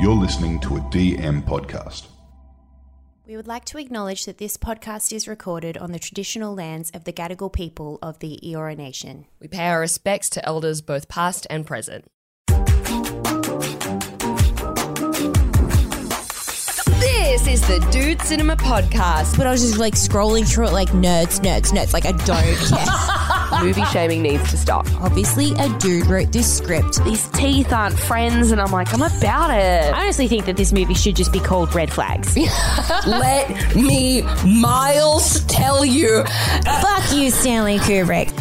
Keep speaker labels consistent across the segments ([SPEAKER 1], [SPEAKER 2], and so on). [SPEAKER 1] You're listening to a DM podcast.
[SPEAKER 2] We would like to acknowledge that this podcast is recorded on the traditional lands of the Gadigal people of the Eora Nation.
[SPEAKER 3] We pay our respects to elders both past and present. This is the Dude Cinema Podcast.
[SPEAKER 4] but I was just like scrolling through it, like nerds, nerds, nerds. Like I don't care.
[SPEAKER 5] Movie shaming needs to stop.
[SPEAKER 4] Obviously, a dude wrote this script.
[SPEAKER 5] These teeth aren't friends, and I'm like, I'm about it.
[SPEAKER 6] I honestly think that this movie should just be called Red Flags.
[SPEAKER 7] Let me, Miles, tell you.
[SPEAKER 4] Fuck you, Stanley Kubrick.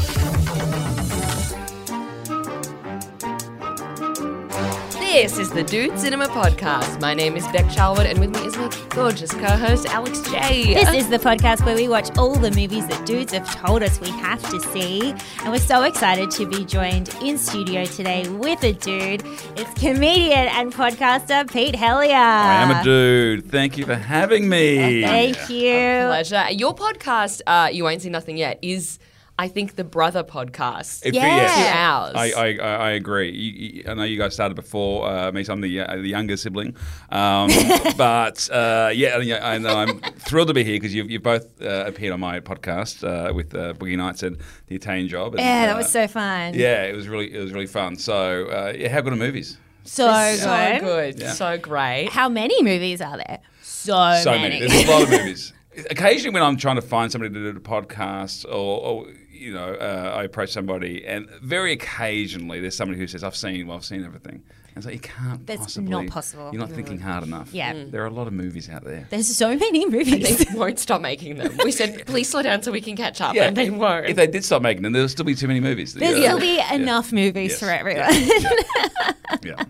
[SPEAKER 3] This is the Dude Cinema Podcast. My name is Beck Charwood, and with me is my gorgeous co-host Alex J.
[SPEAKER 6] This is the podcast where we watch all the movies that dudes have told us we have to see. And we're so excited to be joined in studio today with a dude. It's comedian and podcaster Pete Hellier.
[SPEAKER 8] I am a dude. Thank you for having me.
[SPEAKER 6] Thank you.
[SPEAKER 3] pleasure. Your podcast, uh, you ain't seen nothing yet, is I think the brother podcast.
[SPEAKER 8] It-
[SPEAKER 3] Two
[SPEAKER 8] yes.
[SPEAKER 3] hours.
[SPEAKER 8] I, I, I I agree. You, you, I know you guys started before uh, me, so I'm the, uh, the younger sibling. Um, but uh, yeah, yeah, I know I'm thrilled to be here because you've, you've both uh, appeared on my podcast uh, with uh, Boogie Nights and The Italian Job. and,
[SPEAKER 6] Yeah, that
[SPEAKER 8] uh,
[SPEAKER 6] was so fun.
[SPEAKER 8] Yeah, it was really it was really fun. So uh, yeah, how good are movies?
[SPEAKER 6] So good.
[SPEAKER 3] so good, so great,
[SPEAKER 2] How many movies are there?
[SPEAKER 3] so,
[SPEAKER 8] so many. There's a lot of movies. Occasionally, when I'm trying to find somebody to do a podcast, or, or you know, uh, I approach somebody, and very occasionally there's somebody who says, "I've seen, well, I've seen everything." And so you can't.
[SPEAKER 2] That's
[SPEAKER 8] possibly,
[SPEAKER 2] not possible.
[SPEAKER 8] You're not thinking hard enough.
[SPEAKER 2] Yeah.
[SPEAKER 8] There are a lot of movies out there.
[SPEAKER 4] There's so many movies.
[SPEAKER 3] They won't stop making them. We said, please slow down so we can catch up, and they won't.
[SPEAKER 8] If they did stop making them, there'll still be too many movies.
[SPEAKER 4] There's
[SPEAKER 8] Yeah.
[SPEAKER 4] still be
[SPEAKER 8] Yeah.
[SPEAKER 4] enough movies
[SPEAKER 8] Yes.
[SPEAKER 4] for everyone.
[SPEAKER 8] Yeah. Yeah.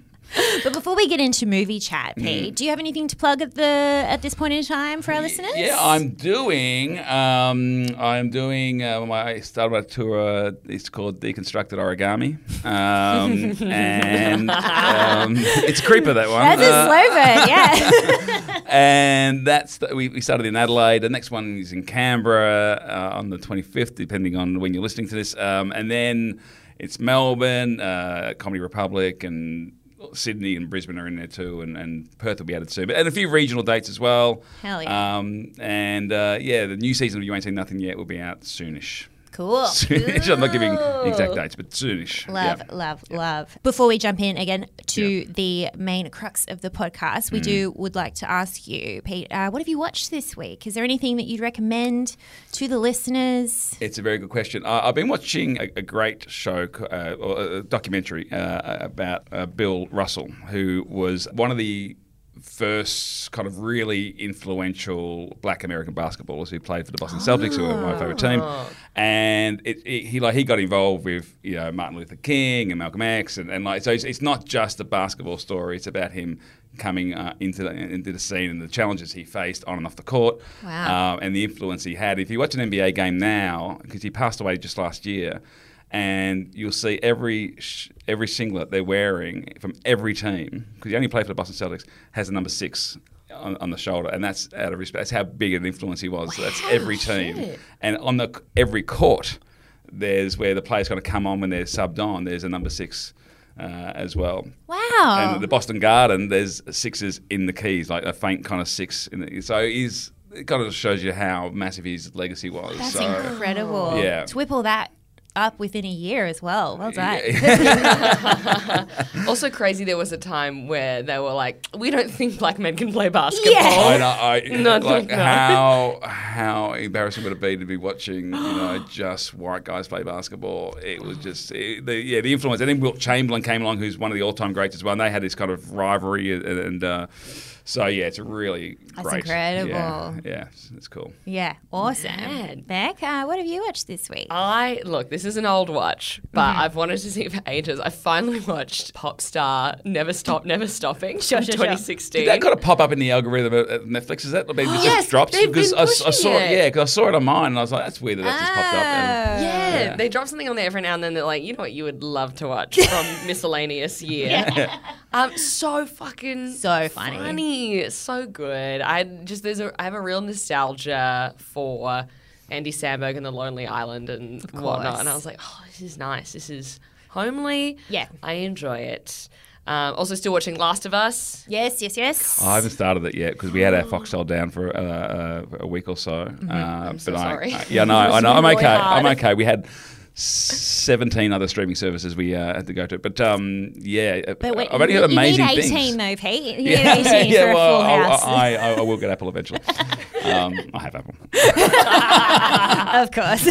[SPEAKER 2] But before we get into movie chat,
[SPEAKER 8] Mm.
[SPEAKER 2] Pete, do you have anything to plug at the at this point in time for our listeners?
[SPEAKER 8] Yeah, I'm doing. Um, I'm doing. Uh, my I started my tour. Uh, it's called Deconstructed Origami, um, and um, it's creeper that one.
[SPEAKER 2] That's
[SPEAKER 8] Uh,
[SPEAKER 2] a slow burn, yeah.
[SPEAKER 8] and that's the, we, we started in Adelaide. The next one is in Canberra uh, on the 25th, depending on when you're listening to this. Um, and then it's Melbourne, uh, Comedy Republic, and Sydney and Brisbane are in there too, and, and Perth will be added soon, But- and a few regional dates as well.
[SPEAKER 2] Hell yeah.
[SPEAKER 8] Um, and uh, yeah, the new season of You Ain't Seen Nothing Yet will be out soonish.
[SPEAKER 2] cool.
[SPEAKER 8] Soonish. I'm not giving exact dates, but soonish.
[SPEAKER 2] Oh, Love,
[SPEAKER 8] Yeah.
[SPEAKER 2] love, love. Before we jump in again to the main crux of the podcast,
[SPEAKER 3] Mm.
[SPEAKER 2] we do would like to ask you, Pete, uh, what have you watched this week? Is there anything that you'd recommend to the listeners?
[SPEAKER 8] It's a very good question. I, I've been watching a, a great show, uh, or a documentary uh, about uh, Bill Russell, who was one of the first kind of really influential black American basketballers who played for the Boston Celtics, who were my favorite team. And it, it, he like he got involved with you know Martin Luther King and Malcolm X, and, and like so it's, it's not just a basketball story. It's about him coming uh, into the, into the scene and the challenges he faced on and off the court.
[SPEAKER 2] Wow.
[SPEAKER 8] Um, and the influence he had. If you watch an NBA game now, because he passed away just last year, and you'll see every sh- every singlet they're wearing from every team, because he only played for the Boston Celtics, has the number six on, on the shoulder, and that's out of respect. That's how big an influence he was. that's every team, and on the c- every court, there's where the players going to come on when they're subbed on. There's a number six. Uh, as well.
[SPEAKER 2] Wow.
[SPEAKER 8] And the Boston Garden, there's sixes in the keys, like a faint kind of six. In the, so he's it kind of shows you how massive his legacy was.
[SPEAKER 2] That's
[SPEAKER 8] so,
[SPEAKER 2] incredible.
[SPEAKER 8] Yeah.
[SPEAKER 2] To whip all that up within a year as well. Well done.
[SPEAKER 3] Also crazy, there was a time where they were like, we don't think black men can play basketball.
[SPEAKER 8] I, know, I,
[SPEAKER 3] No, no,
[SPEAKER 8] like
[SPEAKER 3] no.
[SPEAKER 8] how how embarrassing would it be to be watching you know just white guys play basketball? It was just it, the, yeah the influence. And then Wilt Chamberlain came along, who's one of the all time greats as well. And they had this kind of rivalry, and, and uh, so yeah, it's a really
[SPEAKER 2] That's
[SPEAKER 8] great-
[SPEAKER 2] incredible.
[SPEAKER 8] Yeah, yeah it's, it's cool.
[SPEAKER 2] yeah. Awesome.
[SPEAKER 3] Man. Uh,
[SPEAKER 2] Beck, uh, what have you watched this week?
[SPEAKER 3] I look, this is an old watch, but
[SPEAKER 8] Mm-hmm.
[SPEAKER 3] I've wanted to see for ages. I finally watched Popstar Never Stop, Never Stopping from
[SPEAKER 6] sure, sure.
[SPEAKER 3] 2016.
[SPEAKER 8] Did that got to pop up in the algorithm at at Netflix? Is that maybe
[SPEAKER 3] Yes,
[SPEAKER 8] just dropped?
[SPEAKER 3] they've
[SPEAKER 8] Because
[SPEAKER 3] been
[SPEAKER 8] I, s- I
[SPEAKER 3] pushing
[SPEAKER 8] saw it.
[SPEAKER 3] it.
[SPEAKER 8] Yeah, because I saw it on mine, and I was like, "That's weird that that's just popped up." And
[SPEAKER 3] yeah, they drop something on there every now and then. They're like, you know what, you would love to watch from miscellaneous year. Um, so fucking
[SPEAKER 2] So funny.
[SPEAKER 3] funny, so good. I just there's a I have a real nostalgia for Andy Samberg and the Lonely Island and whatnot, and I was like, oh, this is nice. This is homely.
[SPEAKER 2] Yeah.
[SPEAKER 3] I enjoy it. Um, also, still watching Last of Us.
[SPEAKER 2] Yes, yes, yes.
[SPEAKER 8] I haven't started it yet because we had our
[SPEAKER 2] Oh.
[SPEAKER 8] foxtail down for uh, uh, a week or so.
[SPEAKER 2] Mm-hmm.
[SPEAKER 8] Uh, I'm
[SPEAKER 3] so
[SPEAKER 8] but I-
[SPEAKER 3] sorry.
[SPEAKER 8] I, yeah, no, I know. I'm
[SPEAKER 3] really
[SPEAKER 8] okay.
[SPEAKER 3] hard.
[SPEAKER 8] I'm okay. We had. 17 other streaming services we uh, had to go to. But um, yeah,
[SPEAKER 2] But wait,
[SPEAKER 8] I've only
[SPEAKER 2] you,
[SPEAKER 8] got amazing
[SPEAKER 2] you need 18
[SPEAKER 8] things.
[SPEAKER 2] though, Pete. You need 18 for a full
[SPEAKER 8] I'll-
[SPEAKER 2] house.
[SPEAKER 8] I, I, I will get Apple eventually. um, I have Apple.
[SPEAKER 2] of course.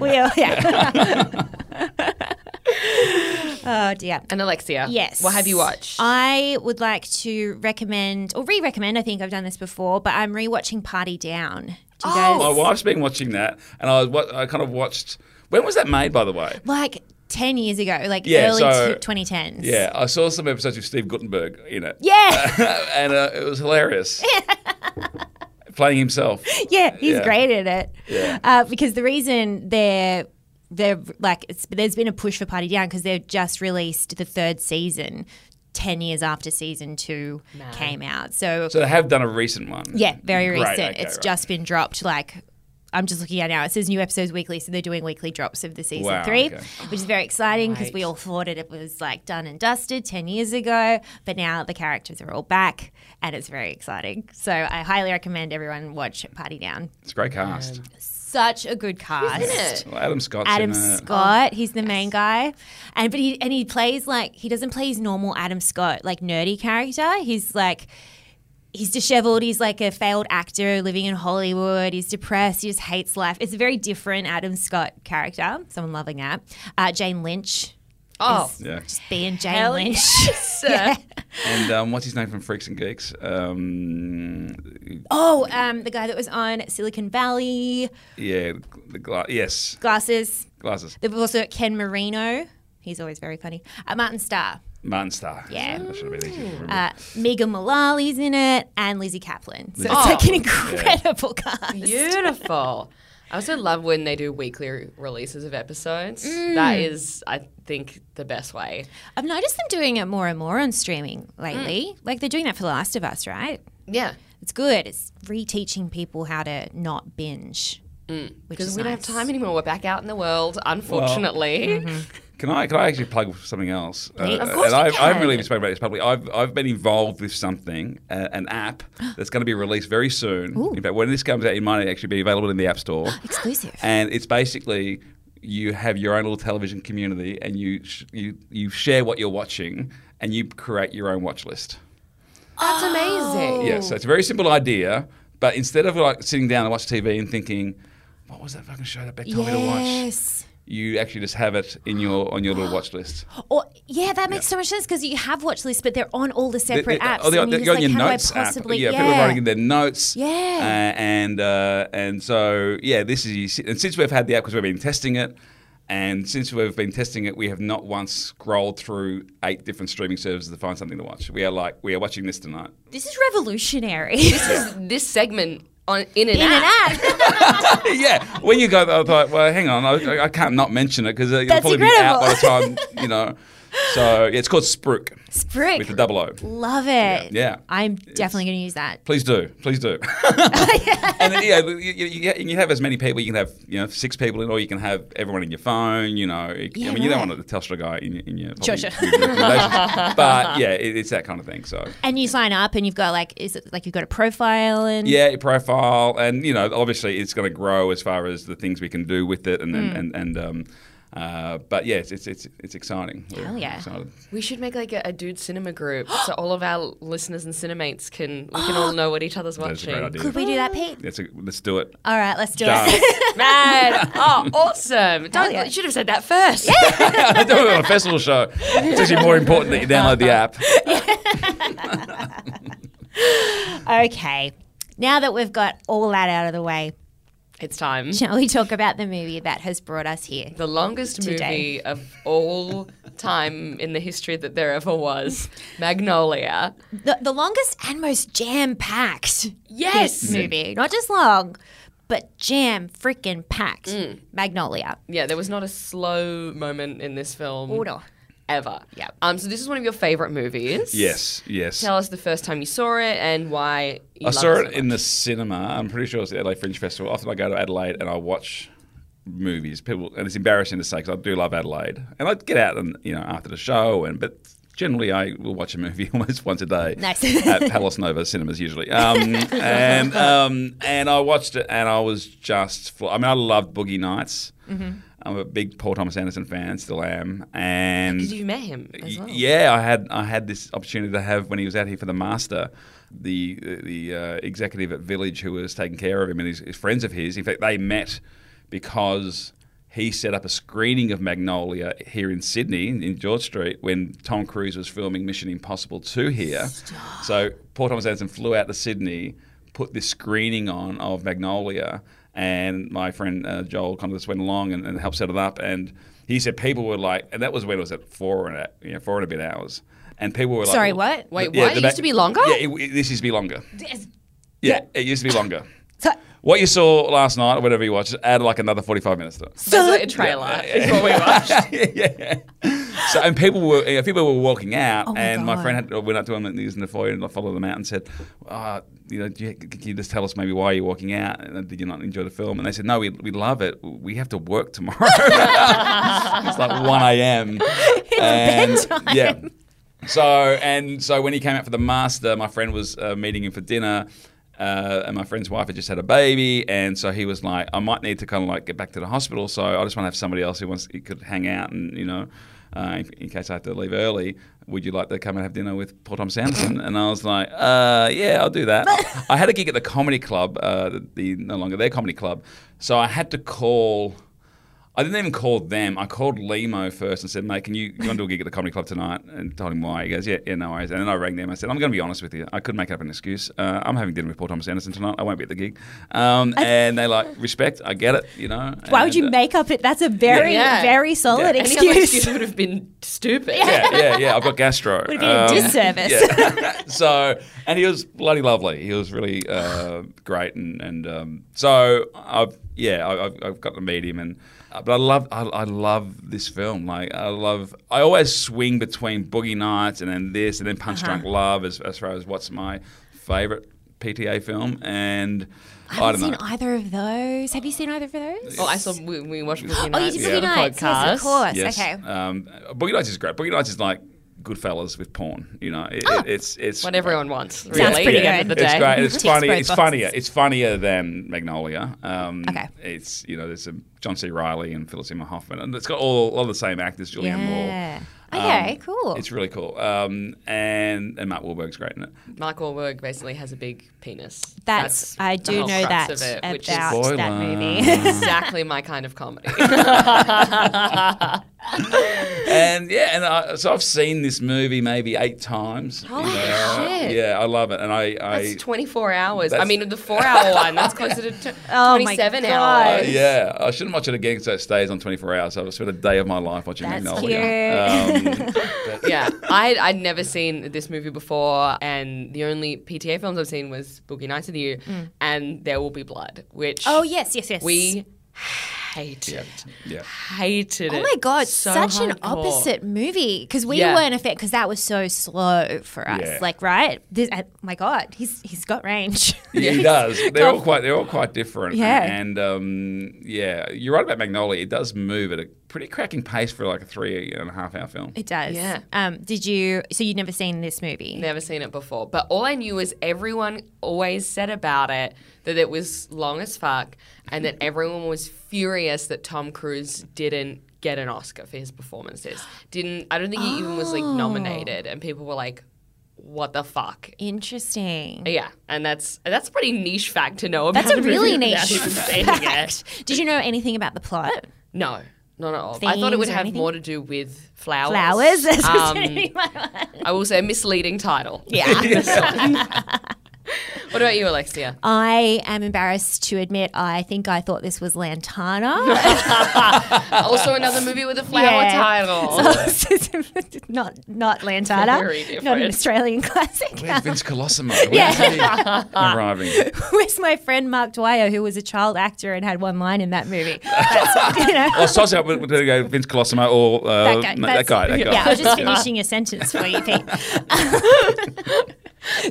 [SPEAKER 2] we all, yeah. oh, dear.
[SPEAKER 3] And Alexia.
[SPEAKER 2] Yes. Um,
[SPEAKER 3] What have you watched?
[SPEAKER 2] I would like to recommend or re-recommend. I think I've done this before, but I'm rewatching Party Down. Do you guys?
[SPEAKER 3] Oh,
[SPEAKER 8] My wife's been watching that, and I was wa- I kind of watched. When was that made, by the way?
[SPEAKER 2] Like ten years ago, like
[SPEAKER 8] Yeah,
[SPEAKER 2] early
[SPEAKER 8] so-
[SPEAKER 2] tw 2010s.
[SPEAKER 8] Yeah, I saw some episodes with Steve Guttenberg in it.
[SPEAKER 2] Yeah,
[SPEAKER 8] and uh, it was hilarious. Playing himself.
[SPEAKER 2] yeah, he's
[SPEAKER 8] Yeah.
[SPEAKER 2] great at it.
[SPEAKER 8] Yeah.
[SPEAKER 2] Uh, because the reason they're they're like it's, there's been a push for Party Down because they've just released the third season, ten years after season two came out.
[SPEAKER 8] So they have done a recent one.
[SPEAKER 2] Yeah, very
[SPEAKER 8] Great,
[SPEAKER 2] recent.
[SPEAKER 8] okay,
[SPEAKER 2] it's
[SPEAKER 8] right.
[SPEAKER 2] just been dropped. Like, I'm just looking at it now. It says new episodes weekly, so they're doing weekly drops of the season
[SPEAKER 8] Wow,
[SPEAKER 2] three,
[SPEAKER 8] okay.
[SPEAKER 2] which is very exciting because we all thought it, it was like done and dusted 10 years ago, but now the characters are all back and it's very exciting. So I highly recommend everyone watch Party Down.
[SPEAKER 8] It's a great cast.
[SPEAKER 2] Such a good cast.
[SPEAKER 8] Well, Adam Scott's
[SPEAKER 2] Uh, Adam
[SPEAKER 8] in it.
[SPEAKER 2] Scott, he's the main guy, and but he and he plays like he doesn't play his normal Adam Scott like nerdy character. He's like he's disheveled. He's like a failed actor living in Hollywood. He's depressed. He just hates life. It's a very different Adam Scott character. Someone loving that. Uh, Jane Lynch,
[SPEAKER 3] oh,
[SPEAKER 8] Yeah.
[SPEAKER 2] just being Jane Lynch.
[SPEAKER 8] And um, what's his name from Freaks and Geeks? Um,
[SPEAKER 2] Oh, um, the guy that was on Silicon Valley,
[SPEAKER 8] yeah, the gla- yes,
[SPEAKER 2] glasses.
[SPEAKER 8] glasses.
[SPEAKER 2] They've also got Ken Marino. He's always very funny. Uh, Martin Starr.
[SPEAKER 8] Martin Starr.
[SPEAKER 2] Yeah.
[SPEAKER 8] That should have been easy to remember.
[SPEAKER 2] Uh, Megan Mullally's in it and Lizzie Kaplan. So it's like an incredible cast.
[SPEAKER 3] beautiful. I also love when they do weekly releases of episodes. That is, I think, the best way.
[SPEAKER 2] I've noticed them doing it more and more on streaming lately. Like they're doing that for The Last of Us, right?
[SPEAKER 3] Yeah.
[SPEAKER 2] It's good. It's reteaching people how to not binge.
[SPEAKER 3] Because we don't have time anymore. We're back out in the world, unfortunately.
[SPEAKER 8] mm-hmm. Can I can I actually plug something else? Uh,
[SPEAKER 2] of course
[SPEAKER 8] and
[SPEAKER 2] you
[SPEAKER 8] I've, I haven't
[SPEAKER 2] can.
[SPEAKER 8] really been spoken about this publicly. I've, I've been involved with something, uh, an app that's going to be released very soon. In fact, when this comes out, it might actually be available in the App Store.
[SPEAKER 2] Exclusive.
[SPEAKER 8] And it's basically you have your own little television community, and you sh- you you share what you're watching, and you create your own watch list.
[SPEAKER 3] That's amazing.
[SPEAKER 8] Yeah, so it's a very simple idea, but instead of like sitting down and watch TV and thinking, what was that fucking show that Beck told me to watch?
[SPEAKER 2] Yes.
[SPEAKER 8] You actually just have it in your on your little watch list.
[SPEAKER 2] Or yeah, that makes so much sense because you have watch lists, but they're on all the separate
[SPEAKER 8] They- they-
[SPEAKER 2] apps.
[SPEAKER 8] oh, they-
[SPEAKER 2] and
[SPEAKER 8] they
[SPEAKER 2] you're
[SPEAKER 8] go
[SPEAKER 2] just
[SPEAKER 8] in
[SPEAKER 2] like, how
[SPEAKER 8] your
[SPEAKER 2] do I
[SPEAKER 8] notes app.
[SPEAKER 2] possibly-
[SPEAKER 8] yeah, people are writing in their notes.
[SPEAKER 2] Yeah.
[SPEAKER 8] Uh, and uh, and so yeah, this is and since we've had the app because we've been testing it, and since we've been testing it, we have not once scrolled through eight different streaming services to find something to watch. We are like we are watching this tonight.
[SPEAKER 2] This is revolutionary.
[SPEAKER 3] This, this segment on in and
[SPEAKER 2] in
[SPEAKER 3] out.
[SPEAKER 2] an app.
[SPEAKER 8] yeah, when you go, I thought, well, hang on, I, I can't not mention it because it'll
[SPEAKER 2] That's
[SPEAKER 8] probably
[SPEAKER 2] incredible.
[SPEAKER 8] be out by the time you know. So yeah, it's called Sprook with the
[SPEAKER 2] Brick.
[SPEAKER 8] double O.
[SPEAKER 2] Love it.
[SPEAKER 8] yeah.
[SPEAKER 2] I'm definitely going to use that.
[SPEAKER 8] Please do, please do. and then, yeah, you, you, you, you have as many people. You can have you know six people in, or you can have everyone in your phone. You know, It- I mean, you don't want the Telstra guy in, your- in your
[SPEAKER 2] Sure,
[SPEAKER 8] probably-
[SPEAKER 2] sure.
[SPEAKER 8] in your recommendations. but yeah, it, it's that kind of thing. So
[SPEAKER 2] And you sign up and you've got like, is it like you've got a profile and
[SPEAKER 8] yeah, your profile, and you know, obviously, it's going to grow as far as the things we can do with it, and
[SPEAKER 2] Mm.
[SPEAKER 8] and and. and um, uh, but yeah, it's it's it's, it's exciting. We're
[SPEAKER 2] Hell yeah.
[SPEAKER 8] excited.
[SPEAKER 3] We should make like a, a dude cinema group so all of our listeners and cinemates can we can all know what each other's
[SPEAKER 8] That's a
[SPEAKER 3] watching.
[SPEAKER 8] great idea.
[SPEAKER 2] Could we do that, Pete?
[SPEAKER 8] That's a, let's do it.
[SPEAKER 2] All right, let's do
[SPEAKER 8] Done.
[SPEAKER 2] it.
[SPEAKER 3] Man, oh, awesome! Don't, You should have said that first.
[SPEAKER 8] I do it on a festival show. It's actually more important that you download the app.
[SPEAKER 2] okay. Now that we've got all that out of the way,
[SPEAKER 3] It's time.
[SPEAKER 2] shall we talk about the movie that has brought us here?
[SPEAKER 3] The longest
[SPEAKER 2] Today.
[SPEAKER 3] movie of all time in the history that there ever was, Magnolia.
[SPEAKER 2] The, the longest and most jam packed
[SPEAKER 3] Yes.
[SPEAKER 2] movie. Not just long, but jam freaking packed. Magnolia.
[SPEAKER 3] Yeah, there was not a slow moment in this film.
[SPEAKER 2] Oh, no.
[SPEAKER 3] Ever. Yeah. Um. So this is one of your favorite movies.
[SPEAKER 8] Yes, yes.
[SPEAKER 3] Tell us the first time you saw it and why. You
[SPEAKER 8] I
[SPEAKER 3] love
[SPEAKER 8] saw
[SPEAKER 3] so
[SPEAKER 8] it in
[SPEAKER 3] much.
[SPEAKER 8] the cinema. I'm pretty sure it's the LA Fringe Festival. Often I go to Adelaide and I watch movies. People, and it's embarrassing to say because I do love Adelaide, and I'd get out and you know after the show, and but Generally, I will watch a movie almost once a day.
[SPEAKER 2] Nice.
[SPEAKER 8] at Palace Nova cinemas usually. Um, and um, and I watched it, and I was just. Fl- I mean, I loved Boogie Nights.
[SPEAKER 3] Mm-hmm.
[SPEAKER 8] I'm a big Paul Thomas Anderson fan, still am. And
[SPEAKER 3] Did you met him as well?
[SPEAKER 8] yeah, I had I had this opportunity to have when he was out here for the master, the the uh, executive at Village who was taking care of him and his, his friends of his. In fact, they met because he set up a screening of Magnolia here in Sydney in, in George Street when Tom Cruise was filming Mission Impossible Two here. So Paul Thomas Anderson flew out to Sydney, put this screening on of Magnolia. And my friend uh, Joel Condis went along and, and helped set it up. And he said people were like, and that was when it was at four and a, you know, four and a bit hours, and people were like, "Oh,
[SPEAKER 2] Sorry, what?
[SPEAKER 3] Wait,
[SPEAKER 8] yeah,
[SPEAKER 3] what?
[SPEAKER 8] the
[SPEAKER 3] It
[SPEAKER 8] back-
[SPEAKER 3] used to be longer?
[SPEAKER 8] Yeah, it, it- this used to be longer. Yeah, it used to be longer.
[SPEAKER 2] So-
[SPEAKER 8] what you saw last night or whatever you watched, add like another forty-five minutes to it.
[SPEAKER 3] That's like a trailer. is what we watched.
[SPEAKER 8] yeah. So and people were yeah, people were walking out,
[SPEAKER 2] my
[SPEAKER 8] and my
[SPEAKER 2] God.
[SPEAKER 8] friend had, went up to him and he was in the foyer and I followed them out and said, uh, you know, do you, can you just tell us maybe why you're walking out? And did you not enjoy the film? And they said, no, we, we love it. We have to work tomorrow. it's like one a.m. It's bedtime. Yeah. So and so when he came out for the master, my friend was uh, meeting him for dinner. Uh, and my friend's wife had just had a baby, and so he was like, "I might need to kind of like get back to the hospital, so I just want to have somebody else who wants who could hang out, and you know, uh, in, in case I have to leave early, would you like to come and have dinner with Paul Thomas Anderson?" and I was like, uh, "Yeah, I'll do that." I had a gig at the comedy club, uh, the, the no longer their comedy club, so I had to call. I didn't even call them. I called Limo first and said, mate, can you, you want to do a gig at the comedy club tonight? And told him why. He goes, yeah, yeah, no worries. And then I rang them. I said, I'm going to be honest with you. I could make up an excuse. Uh, I'm having dinner with Paul Thomas Anderson tonight. I won't be at the gig. Um, and they like, respect. I get it, you know. uh,
[SPEAKER 2] Why would you make up it? That's a very,
[SPEAKER 3] Yeah.
[SPEAKER 2] very solid
[SPEAKER 8] Yeah.
[SPEAKER 3] Any other
[SPEAKER 2] excuse.
[SPEAKER 3] excuse would have been stupid.
[SPEAKER 8] Yeah, yeah, yeah. I've got gastro. Um,
[SPEAKER 2] Would have been a disservice.
[SPEAKER 8] yeah. so, and he was bloody lovely. He was really uh, great, and and um, so I've yeah, I, I've, I've got to meet him, and uh, but I love I, I love this film. Like I love I always swing between Boogie Nights and then this and then Punch
[SPEAKER 2] Uh-huh.
[SPEAKER 8] Drunk Love as as far as what's my favorite PTA film, and I,
[SPEAKER 2] I
[SPEAKER 8] don't
[SPEAKER 2] haven't
[SPEAKER 8] know.
[SPEAKER 2] seen either of those. Have you seen either of those?
[SPEAKER 3] Well, Oh, I saw we, we watched Boogie
[SPEAKER 2] Oh, you
[SPEAKER 3] Nights
[SPEAKER 2] did
[SPEAKER 8] Yeah.
[SPEAKER 2] Boogie
[SPEAKER 3] for the
[SPEAKER 2] Nights. Yes, of
[SPEAKER 3] podcast.
[SPEAKER 2] course.
[SPEAKER 8] Yes.
[SPEAKER 2] Okay.
[SPEAKER 8] Um, Boogie Nights is great. Boogie Nights is like Goodfellas with porn. You know, it,
[SPEAKER 2] Ah,
[SPEAKER 8] it, it's it's
[SPEAKER 3] What everyone wants. Really,
[SPEAKER 2] Sounds pretty
[SPEAKER 3] at the end of
[SPEAKER 2] good.
[SPEAKER 3] the
[SPEAKER 8] It's
[SPEAKER 3] day.
[SPEAKER 8] great. It's
[SPEAKER 2] Ticks
[SPEAKER 8] funny.
[SPEAKER 2] both
[SPEAKER 8] It's
[SPEAKER 2] boxes.
[SPEAKER 8] funnier. It's funnier than Magnolia. Um,
[SPEAKER 2] Okay.
[SPEAKER 8] It's you know there's a John C. Riley and Phyllis Seymour Hoffman, and it's got all, all the same actors, Julianne
[SPEAKER 2] Yeah.
[SPEAKER 8] Moore.
[SPEAKER 2] Okay,
[SPEAKER 8] Um,
[SPEAKER 2] cool.
[SPEAKER 8] It's really cool. Um, and and Mark Wahlberg's great in it.
[SPEAKER 3] Mark Wahlberg basically has a big penis.
[SPEAKER 2] That's, I
[SPEAKER 3] the
[SPEAKER 2] do
[SPEAKER 3] whole
[SPEAKER 2] know that
[SPEAKER 3] crux of it, which is
[SPEAKER 2] about that
[SPEAKER 8] Spoiler.
[SPEAKER 2] movie.
[SPEAKER 3] exactly my kind of comedy.
[SPEAKER 8] and yeah, and I, so I've seen this movie maybe eight times. Holy
[SPEAKER 3] shit.
[SPEAKER 8] Yeah, I love it, and I, I
[SPEAKER 3] That's 24 hours. I
[SPEAKER 8] That's-
[SPEAKER 3] mean, the four-hour one. That's closer to t-
[SPEAKER 2] Oh my
[SPEAKER 3] 27
[SPEAKER 2] God.
[SPEAKER 3] hours.
[SPEAKER 8] yeah, I shouldn't watch it again because it stays on 24 hours. So I've spent a day of my life watching
[SPEAKER 2] That's
[SPEAKER 8] Magnolia. Um, but-
[SPEAKER 3] yeah, I I'd never seen this movie before, and the only PTA films I've seen was Boogie Nights with You and There Will Be Blood, which
[SPEAKER 2] Mm. oh, yes, yes, yes.
[SPEAKER 3] we hated,
[SPEAKER 8] yeah.
[SPEAKER 3] hated.
[SPEAKER 2] Oh my god,
[SPEAKER 3] so
[SPEAKER 2] such an
[SPEAKER 3] hardcore.
[SPEAKER 2] opposite movie because we
[SPEAKER 3] Yeah.
[SPEAKER 2] weren't a fan because that was so slow for us.
[SPEAKER 8] Yeah.
[SPEAKER 2] Like, right? This, uh, my god, he's he's got range.
[SPEAKER 8] Yeah, he does. They're all quite. They're all quite different.
[SPEAKER 2] Yeah.
[SPEAKER 8] And um, yeah, you're right about Magnolia. It does move at a pretty cracking pace for like a three and a half hour film.
[SPEAKER 2] It does.
[SPEAKER 3] Yeah.
[SPEAKER 2] Um, did you? So you'd never seen this movie?
[SPEAKER 3] Never seen it before, but all I knew was everyone always said about it that it was long as fuck, and that everyone was furious that Tom Cruise didn't get an Oscar for his performances. Didn't I don't think he even was like nominated, and people were like, "What the fuck
[SPEAKER 2] Interesting.
[SPEAKER 3] Yeah, and that's that's a pretty niche fact to know about.
[SPEAKER 2] That's a
[SPEAKER 3] the
[SPEAKER 2] really
[SPEAKER 3] movie without
[SPEAKER 2] niche
[SPEAKER 3] even saying
[SPEAKER 2] fact. Did you know anything about the plot?
[SPEAKER 3] it. No, not at all. I thought
[SPEAKER 2] Themes
[SPEAKER 3] it would
[SPEAKER 2] or
[SPEAKER 3] have
[SPEAKER 2] anything?
[SPEAKER 3] more to do with flowers.
[SPEAKER 2] Flowers. That's what's
[SPEAKER 3] Um,
[SPEAKER 2] gonna be my one.
[SPEAKER 3] I will say a misleading title.
[SPEAKER 2] yeah.
[SPEAKER 3] What about you, Alexia?
[SPEAKER 2] I am embarrassed to admit. I think I thought this was Lantana.
[SPEAKER 3] also, another movie with a flower
[SPEAKER 2] Yeah.
[SPEAKER 3] title.
[SPEAKER 2] not not
[SPEAKER 3] Very
[SPEAKER 2] Lantana.
[SPEAKER 3] different.
[SPEAKER 2] Not an Australian classic.
[SPEAKER 8] Where's Vince Colosimo? Where's he arriving?
[SPEAKER 2] Where's my friend Mark Dwyer, who was a child actor and had one line in that movie? That's, you know,
[SPEAKER 8] Or Sosa, uh, there you go, Vince Colosimo, or uh,
[SPEAKER 2] that guy.
[SPEAKER 8] no,
[SPEAKER 2] that's-
[SPEAKER 8] that guy. That guy.
[SPEAKER 2] Yeah, I was just finishing a sentence for you, Pete.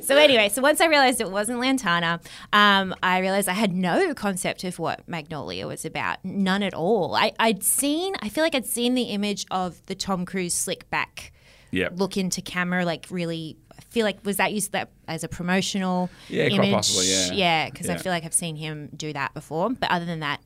[SPEAKER 2] so anyway, so once I realized it wasn't Lantana, um, I realized I had no concept of what Magnolia was about, none at all. I, I'd seen, I feel like I'd seen the image of the Tom Cruise slick back
[SPEAKER 8] Yep.
[SPEAKER 2] look into camera, like really. I feel like was that used that as a promotional
[SPEAKER 8] Yeah, quite
[SPEAKER 2] image?
[SPEAKER 8] possibly, yeah.
[SPEAKER 2] because I
[SPEAKER 8] Yeah.
[SPEAKER 2] feel like I've seen him do that before. But other than that,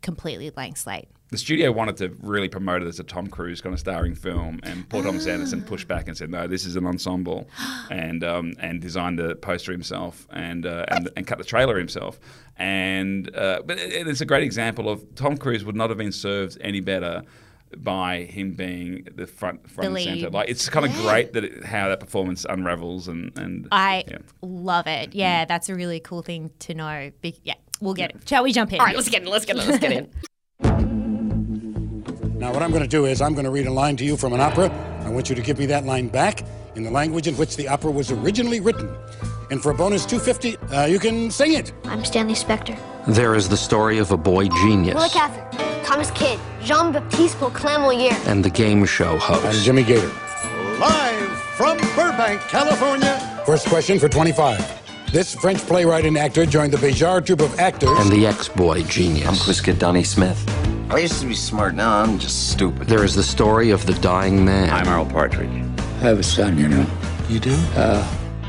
[SPEAKER 2] completely blank slate.
[SPEAKER 8] The studio wanted to really promote it as a Tom Cruise kind of starring film, and Paul Thomas Anderson
[SPEAKER 2] Ah.
[SPEAKER 8] pushed back and said, "No, this is an ensemble," and um, and designed the poster himself and uh, and, and cut the trailer himself. And uh, but it, it- it's a great example of Tom Cruise would not have been served any better by him being the front front
[SPEAKER 2] The
[SPEAKER 8] and center.
[SPEAKER 2] lead.
[SPEAKER 8] Like it's kind of great that it, how that performance unravels and and
[SPEAKER 2] I
[SPEAKER 8] yeah.
[SPEAKER 2] love
[SPEAKER 8] Mm-hmm.
[SPEAKER 2] it. Yeah, that's a really cool thing to know. Be- yeah, we'll get it. Shall we jump in? All right,
[SPEAKER 3] Let's get in. Let's get in. Let's get in.
[SPEAKER 9] Now, what I'm going to do is I'm going to read a line to you from an opera. I want you to give me that line back in the language in which the opera was originally written. And for a bonus 250, uh, you can sing it.
[SPEAKER 10] I'm Stanley Spector.
[SPEAKER 11] There is the story of a boy
[SPEAKER 10] Willa
[SPEAKER 11] genius
[SPEAKER 10] Cather, Thomas Kidd, Jean Baptiste Clamoyer.
[SPEAKER 11] and the game show
[SPEAKER 9] I'm
[SPEAKER 11] host.
[SPEAKER 9] Jimmy Gator. Live from Burbank, California. First question for 25. This French playwright and actor joined the Béjar troupe of actors.
[SPEAKER 11] And the ex boy genius.
[SPEAKER 7] Get Donnie Smith.
[SPEAKER 11] I used to be smart, now I'm just stupid. There is the story of the dying man. I'm Earl Partridge.
[SPEAKER 9] I have a son, you know. You do? Uh,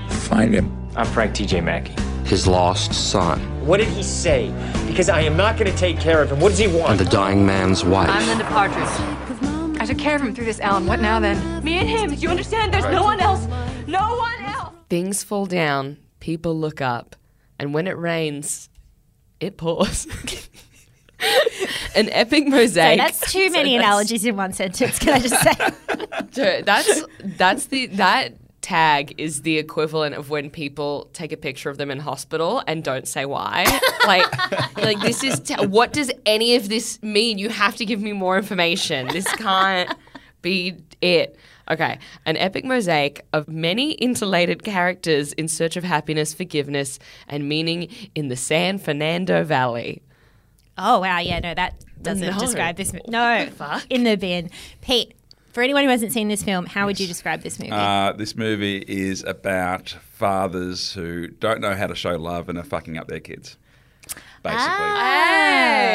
[SPEAKER 9] find him.
[SPEAKER 11] I'm Frank TJ Mackey. His lost son.
[SPEAKER 9] What did he say? Because I am not going to take care of him. What does he want?
[SPEAKER 11] And the dying man's wife.
[SPEAKER 5] Partridge. I took care of him through this, Alan. What now then? Me and him. Do you understand? There's no one else. No one else.
[SPEAKER 3] Things fall down. People look up, and when it rains, it pours. An epic mosaic.
[SPEAKER 2] That's too many analogies in one sentence. Can I just say?
[SPEAKER 3] So that's that's the that tag is the equivalent of when people take a picture of them in hospital and don't say why. like like this is ta- what does any of this mean? You have to give me more information. This can't be it. Okay, an epic mosaic of many interrelated characters in search of happiness, forgiveness, and meaning in the San Fernando Valley.
[SPEAKER 2] Oh wow, yeah, no, that doesn't
[SPEAKER 3] No.
[SPEAKER 2] describe this movie. No, in the bin. Pete, for anyone who hasn't seen this film, how would you describe this movie?
[SPEAKER 8] Uh, this movie is about fathers who don't know how to show love and are fucking up their kids. Basically.
[SPEAKER 2] Ah.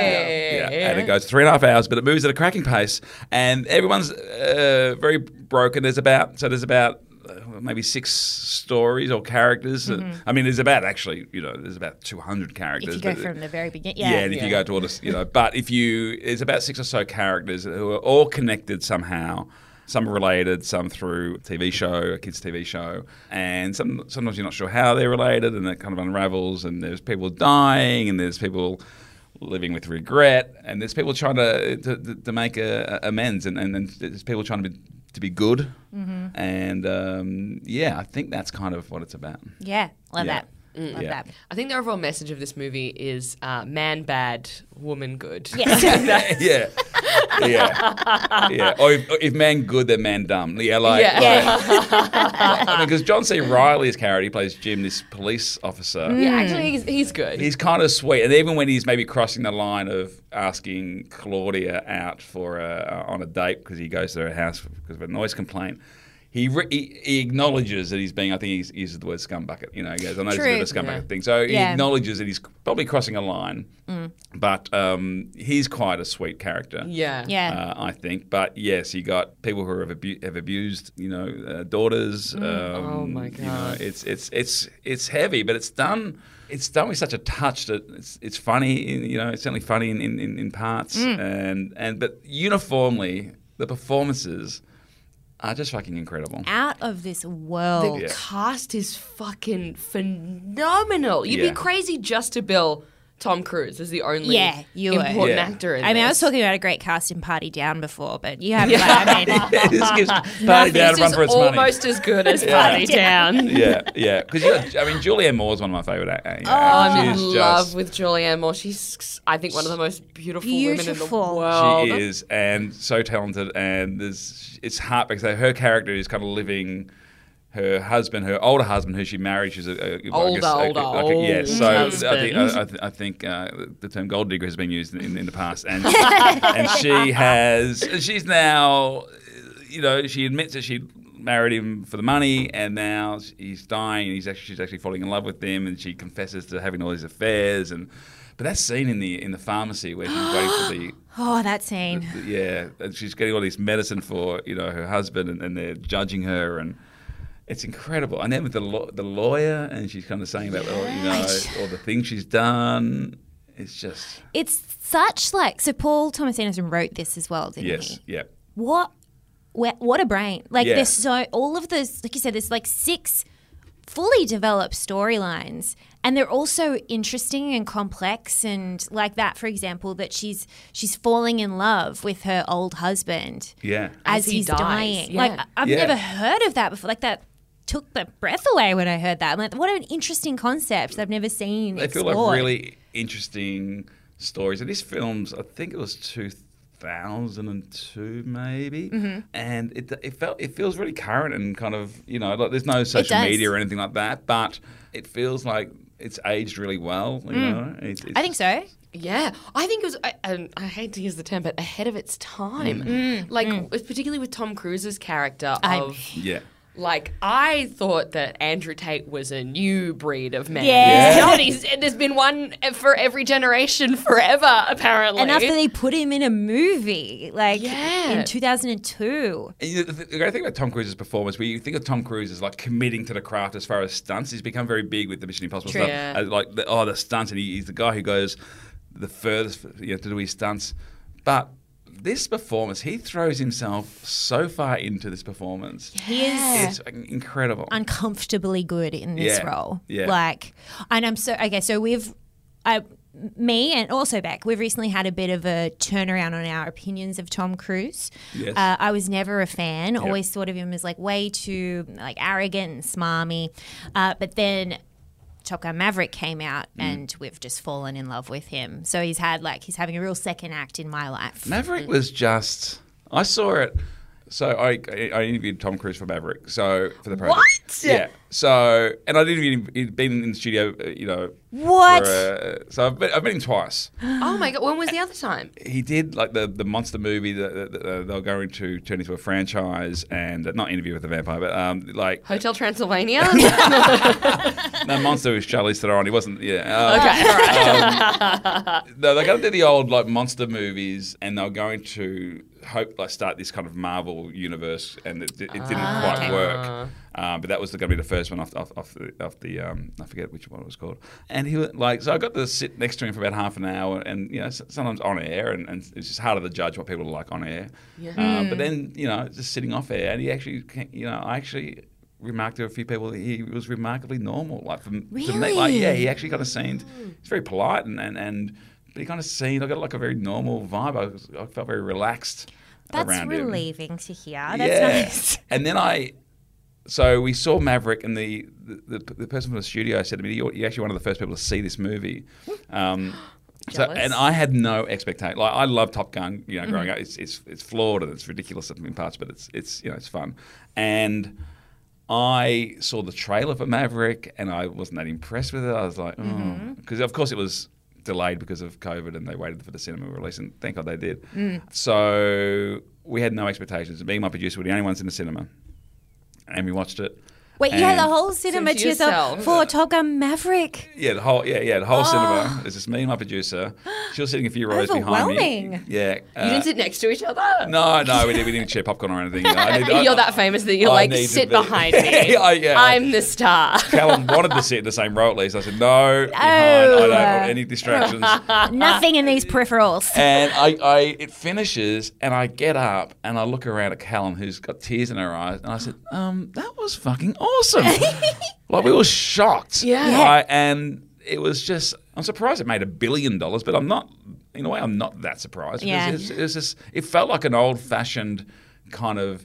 [SPEAKER 8] Yeah, and it goes three and a half hours, but it moves at a cracking pace, and everyone's uh, very broken. There's about so there's about uh, maybe six stories or characters. I mean, there's about actually, you know, there's about 200 characters.
[SPEAKER 2] Mm-hmm. if you go
[SPEAKER 8] but-
[SPEAKER 2] from the very beginning,
[SPEAKER 8] yeah,
[SPEAKER 2] yeah,
[SPEAKER 8] and if you go to all this, you know, but if you, there's about six or so characters who are all connected somehow. Some related, some through TV show, a kids' TV show, and some, sometimes you're not sure how they're related, and that kind of unravels. And there's people dying, and there's people living with regret, and there's people trying to to, to, to make a, a- amends, and, and, and there's people trying to be to be good, and um, yeah, I think that's kind of what it's about.
[SPEAKER 2] yeah, love
[SPEAKER 8] Yeah.
[SPEAKER 2] that,
[SPEAKER 3] Mm.
[SPEAKER 2] love
[SPEAKER 8] Yeah.
[SPEAKER 2] that.
[SPEAKER 3] I think the overall message of this movie is uh, man bad, woman good.
[SPEAKER 8] yeah. Yeah. Yeah. Or if, or if man good, then man dumb. Yeah, like.
[SPEAKER 3] Yeah.
[SPEAKER 8] Because John C. Riley's character, he plays Jim, this police officer.
[SPEAKER 3] Yeah,
[SPEAKER 2] Hmm.
[SPEAKER 3] actually, he's, he's good.
[SPEAKER 8] He's kind of sweet, and even when he's maybe crossing the line of asking Claudia out for a, on a date because he goes to her house because of a noise complaint, he, re- he he acknowledges that he's being. I think he's- he uses the word scumbucket. You know, he goes, "I know it's a bit of a
[SPEAKER 3] True.
[SPEAKER 8] scumbucket
[SPEAKER 3] Yeah. Mm.
[SPEAKER 8] thing." So
[SPEAKER 2] Yeah.
[SPEAKER 8] he acknowledges that he's probably crossing a line, but um, he's quite a sweet character.
[SPEAKER 3] Yeah.
[SPEAKER 2] Yeah.
[SPEAKER 8] Uh, I think, but yes, you got people who have, abu- have abused, you know, uh, daughters. Um,
[SPEAKER 3] Oh, my
[SPEAKER 8] you know,
[SPEAKER 3] God.
[SPEAKER 8] it's it's it's it's heavy, but it's done. It's done with such a touch that it's it's funny. in- You know, it's certainly funny in in, in in parts,
[SPEAKER 3] Mm.
[SPEAKER 8] and and but uniformly, the performances are just fucking incredible.
[SPEAKER 2] Out of this world.
[SPEAKER 3] The cast is fucking phenomenal. You'd
[SPEAKER 8] Yeah.
[SPEAKER 3] be crazy just to bill Tom Cruise as the only
[SPEAKER 2] Yeah, you would.
[SPEAKER 3] important
[SPEAKER 8] Yeah.
[SPEAKER 3] actor in
[SPEAKER 2] I mean, I was
[SPEAKER 3] this.
[SPEAKER 2] talking about a great cast in Party Down before, but you have, like, I mean,
[SPEAKER 8] this gives Party Down a
[SPEAKER 3] This
[SPEAKER 8] run
[SPEAKER 3] is
[SPEAKER 8] for its money.
[SPEAKER 3] almost as good as Party Down.
[SPEAKER 8] yeah, yeah. Because I mean, Julianne Moore's one of my favorite. Uh, you know,
[SPEAKER 3] Oh, I'm in
[SPEAKER 8] she's
[SPEAKER 3] love
[SPEAKER 8] just-
[SPEAKER 3] with Julianne Moore. She's, I think, one of the most beautiful, women in the
[SPEAKER 2] Beautiful.
[SPEAKER 3] world.
[SPEAKER 8] She is, and so talented, and there's it's heartbreaking. So her character is kind of living her husband, her older husband, who she married. She's a, a I
[SPEAKER 3] Older,
[SPEAKER 8] guess, a-
[SPEAKER 3] older,
[SPEAKER 8] like a- yeah,
[SPEAKER 3] old
[SPEAKER 8] So I think, I, I th- I think uh, the term gold digger has been used in, in the past, and and she has she's now, you know, she admits that she married him for the money, and now he's dying, and he's actually she's actually falling in love with him, and she confesses to having all these affairs, and but that scene in the in the pharmacy where she's waiting for the
[SPEAKER 2] Oh, that scene.
[SPEAKER 8] yeah, and she's getting all this medicine for you know her husband, and, and they're judging her, and it's incredible. And then with the law the lawyer, and she's kind of saying about all, you know all the things she's done. It's just
[SPEAKER 2] It's such like so. Paul Thomas Anderson wrote this as well, didn't he?
[SPEAKER 8] yes, yeah.
[SPEAKER 2] What, wha- what a brain! Like
[SPEAKER 8] Yeah.
[SPEAKER 2] there's so all of those, like you said, there's like six fully developed storylines, and they're also interesting and complex. And like that, for example, that she's she's falling in love with her old husband
[SPEAKER 8] Yeah.
[SPEAKER 2] as,
[SPEAKER 3] As he
[SPEAKER 2] he's
[SPEAKER 3] dies,
[SPEAKER 2] dying.
[SPEAKER 3] yeah.
[SPEAKER 2] Like I- I've
[SPEAKER 8] Yeah.
[SPEAKER 2] never heard of that before. Like that took the breath away when I heard that. I'm like, what an interesting concept that I've never seen.
[SPEAKER 8] They feel
[SPEAKER 2] explored.
[SPEAKER 8] like really interesting stories. And this film's, I think it was 2002 maybe.
[SPEAKER 2] Mm-hmm.
[SPEAKER 8] And it, it, felt, it feels really current and kind of, you know, like there's no social
[SPEAKER 2] does.
[SPEAKER 8] media or anything like that, but it feels like it's aged really well. You know? It's- it's-
[SPEAKER 2] Mm. I think so.
[SPEAKER 3] Yeah, I think it was. I, and I hate to use the term, but ahead of its time.
[SPEAKER 2] Mm-hmm.
[SPEAKER 3] Like,
[SPEAKER 2] Mm.
[SPEAKER 3] with- particularly with Tom Cruise's character of.
[SPEAKER 8] Yeah.
[SPEAKER 3] Like I thought that Andrew Tate was a new breed of man.
[SPEAKER 2] Yeah.
[SPEAKER 3] He's not. He's- there's been one for every generation forever, apparently.
[SPEAKER 2] And after they put him in a movie, like
[SPEAKER 3] Yeah.
[SPEAKER 2] in 2002.
[SPEAKER 8] And you know, the, th- the great thing about Tom Cruise's performance, where you think of Tom Cruise as like committing to the craft as far as stunts, he's become very big with the Mission Impossible
[SPEAKER 3] True.
[SPEAKER 8] stuff.
[SPEAKER 3] Yeah.
[SPEAKER 8] Uh, like, the, oh, the stunts, and he, he's the guy who goes the furthest you know, to do his stunts. But this performance, he throws himself so far into this performance.
[SPEAKER 2] He is
[SPEAKER 8] It's in- incredible.
[SPEAKER 2] uncomfortably good in this
[SPEAKER 8] Yeah.
[SPEAKER 2] role.
[SPEAKER 8] Yeah.
[SPEAKER 2] Like, and I'm so, okay, so we've, I, me and also Beck, we've recently had a bit of a turnaround on our opinions of Tom Cruise.
[SPEAKER 8] Yes.
[SPEAKER 2] Uh, I was never a fan, always thought of him as like way too like arrogant and smarmy. Uh, but then Top Gun Maverick came out
[SPEAKER 3] Mm.
[SPEAKER 2] and we've just fallen in love with him. So he's had like, he's having a real second act in my life.
[SPEAKER 8] Maverick was just. I saw it. So I, I interviewed Tom Cruise for Maverick. So for the project. What? Yeah. So and I interviewed him. He'd been in the studio. uh, You know.
[SPEAKER 2] What?
[SPEAKER 8] for, uh, so I've been, I've been twice.
[SPEAKER 3] oh my god, when was the other time?
[SPEAKER 8] He did like the the monster movie that, that, that they were going to turn into a franchise and uh, not interview with the vampire, but um like
[SPEAKER 3] Hotel Transylvania. okay,
[SPEAKER 8] no monster was Charlize Theron. He wasn't. Yeah.
[SPEAKER 3] all
[SPEAKER 8] uh,
[SPEAKER 3] right.
[SPEAKER 8] No, they're going to do the old like monster movies, and they're going to hope like start this kind of Marvel universe, and it, it didn't
[SPEAKER 3] Ah.
[SPEAKER 8] quite work. Um, but that was going to be the first one off, off, off the, off the um, I forget which one it was called. And he was like, so I got to sit next to him for about half an hour, and you know, s- sometimes on air, and, and it's just harder to judge what people are like on air. Um,
[SPEAKER 3] Hmm.
[SPEAKER 8] but then you know, just sitting off air, and he actually, ca- you know, I actually remarked to a few people that he was remarkably normal. Like from to me, like yeah, he actually kind of seemed
[SPEAKER 2] Hmm.
[SPEAKER 8] he's very polite and and, and but he kind of seemed I got like a very normal vibe. I, was, I felt very relaxed
[SPEAKER 2] That's
[SPEAKER 8] around him.
[SPEAKER 2] relieving to hear. That's nice.
[SPEAKER 8] And then I, so we saw Maverick, and the the, the, the person from the studio said to me, you're, "You're actually one of the first people to see this movie." Um, so,
[SPEAKER 3] Jealous.
[SPEAKER 8] and I had no expectation. Like I love Top Gun, you know, growing
[SPEAKER 2] Mm-hmm.
[SPEAKER 8] up, it's, it's it's flawed and it's ridiculous in parts, but it's it's you know it's fun. And I saw the trailer for Maverick, and I wasn't that impressed with it. I was like, because
[SPEAKER 3] Mm-hmm.
[SPEAKER 8] of course it was delayed because of COVID, and they waited for the cinema release, and thank God they did.
[SPEAKER 3] Mm.
[SPEAKER 8] So we had no expectations. Me and my producer were the only ones in the cinema, and we watched it.
[SPEAKER 2] Wait, you had the
[SPEAKER 8] And-
[SPEAKER 2] whole cinema
[SPEAKER 3] to
[SPEAKER 2] to yourself
[SPEAKER 3] yourself.
[SPEAKER 2] for Top Gun Maverick.
[SPEAKER 8] yeah, the whole yeah, yeah, the whole
[SPEAKER 3] Oh.
[SPEAKER 8] cinema. It's just me and my producer. She was sitting a few rows behind me.
[SPEAKER 2] Overwhelming.
[SPEAKER 8] Yeah. uh,
[SPEAKER 3] you didn't sit next to each other.
[SPEAKER 8] no, no, we didn't, we didn't share popcorn or anything. I need- I-
[SPEAKER 3] You're that famous that you're
[SPEAKER 8] I
[SPEAKER 3] like
[SPEAKER 8] need to
[SPEAKER 3] sit
[SPEAKER 8] be-
[SPEAKER 3] behind me.
[SPEAKER 8] Yeah, I- yeah, I-
[SPEAKER 3] I'm the star.
[SPEAKER 8] Callum wanted to sit in the same row at least. I said, no, behind. I don't want
[SPEAKER 3] Oh.
[SPEAKER 8] any distractions.
[SPEAKER 2] Nothing in these peripherals.
[SPEAKER 8] and I, I, it finishes, and I get up and I look around at Callum, who's got tears in her eyes, and I said, um, that was fucking awesome. like, we were shocked.
[SPEAKER 3] Yeah.
[SPEAKER 8] Right? and it was just, I'm surprised it made a billion dollars, but I'm not, in a way, I'm not that surprised.
[SPEAKER 2] Yeah.
[SPEAKER 8] Because it's, it's just, it felt like an old fashioned kind of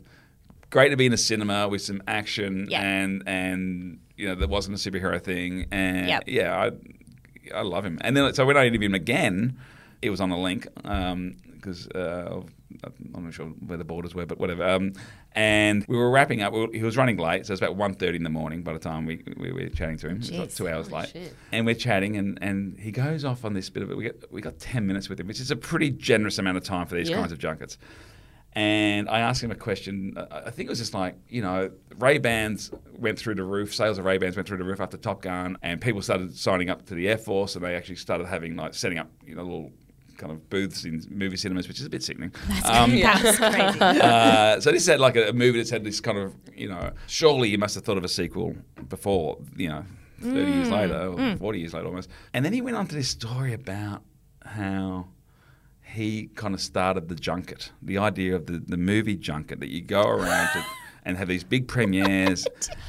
[SPEAKER 8] great to be in a cinema with some action
[SPEAKER 2] Yeah.
[SPEAKER 8] and, and, you know, that wasn't a superhero thing. And
[SPEAKER 2] Yep.
[SPEAKER 8] yeah, I, I love him. And then so when I interviewed him again, it was on a link because uh, I'm not sure where the borders were, but whatever. Um, and we were wrapping up. We were- he was running late, so it was about 1.30 in the morning by the time we, we were chatting to him. It was like two hours late, and we're chatting, and, and he goes off on this bit of it. We got we got 10 minutes with him, which is a pretty generous amount of time for these
[SPEAKER 3] Yeah.
[SPEAKER 8] kinds of junkets. And I asked him a question. uh, I I think it was just like, you know, Ray Bans went through the roof, sales of Ray Bans went through the roof after Top Gun, and people started signing up to the Air Force, and they actually started having, like, setting up, you know, little kind of booths in movie cinemas, which is a bit sickening. Um,
[SPEAKER 12] That's- that's crazy.
[SPEAKER 8] uh, so this had like a, a movie that's had this kind of, you know, surely you must have thought of a sequel before, you know, 30 years
[SPEAKER 12] Mm.
[SPEAKER 8] later, or
[SPEAKER 12] Mm.
[SPEAKER 8] 40 years later almost. And then he went on to this story about how he kind of started the junket, the idea of the, the movie junket that you go around to and have these big premieres.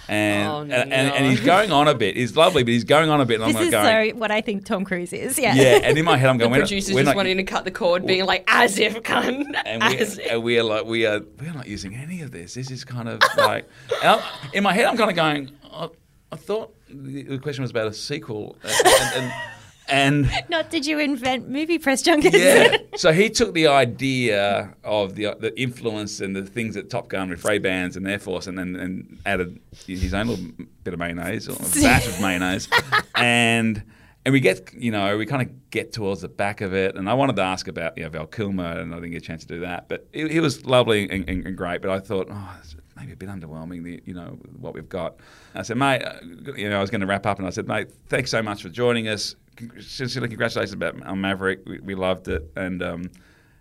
[SPEAKER 8] And,
[SPEAKER 2] Oh,
[SPEAKER 8] and, and, and
[SPEAKER 2] no.
[SPEAKER 8] he's going on a bit. He's lovely, but he's going on a bit. And
[SPEAKER 2] This
[SPEAKER 8] I'm like
[SPEAKER 2] is
[SPEAKER 8] going,
[SPEAKER 2] so what I think Tom Cruise is. Yeah.
[SPEAKER 8] yeah, and in my head I'm
[SPEAKER 3] The
[SPEAKER 8] going, we're not-
[SPEAKER 3] producers
[SPEAKER 8] we're
[SPEAKER 3] just
[SPEAKER 8] not-
[SPEAKER 3] wanting to cut the cord, being like, as if, cunt.
[SPEAKER 8] and
[SPEAKER 3] as
[SPEAKER 8] we, uh, and we are like we are we're not using any of this. This is kind of like and I'm- in my head. I'm kind of going. I, I thought the the question was about a sequel, and and, and,
[SPEAKER 2] Not did you invent movie press junkets?
[SPEAKER 8] yeah. So he took the idea of the the influence and the things that Top Gun with Ray Bans and Air Force, and then and added his own little bit of mayonnaise or a batch of mayonnaise, and. And we get, you know, we kind of get towards the back of it. And I wanted to ask about, you know, Val Kilmer, and I didn't get a chance to do that. But he, he was lovely and, and, and great. But I thought, oh, it's maybe a bit underwhelming, the, you know, what we've got. I said, mate, uh, you know, I was going to wrap up, and I said, mate, thanks so much for joining us. Con- Sincerely, congratulations about on Maverick. We, we loved it, and. Um,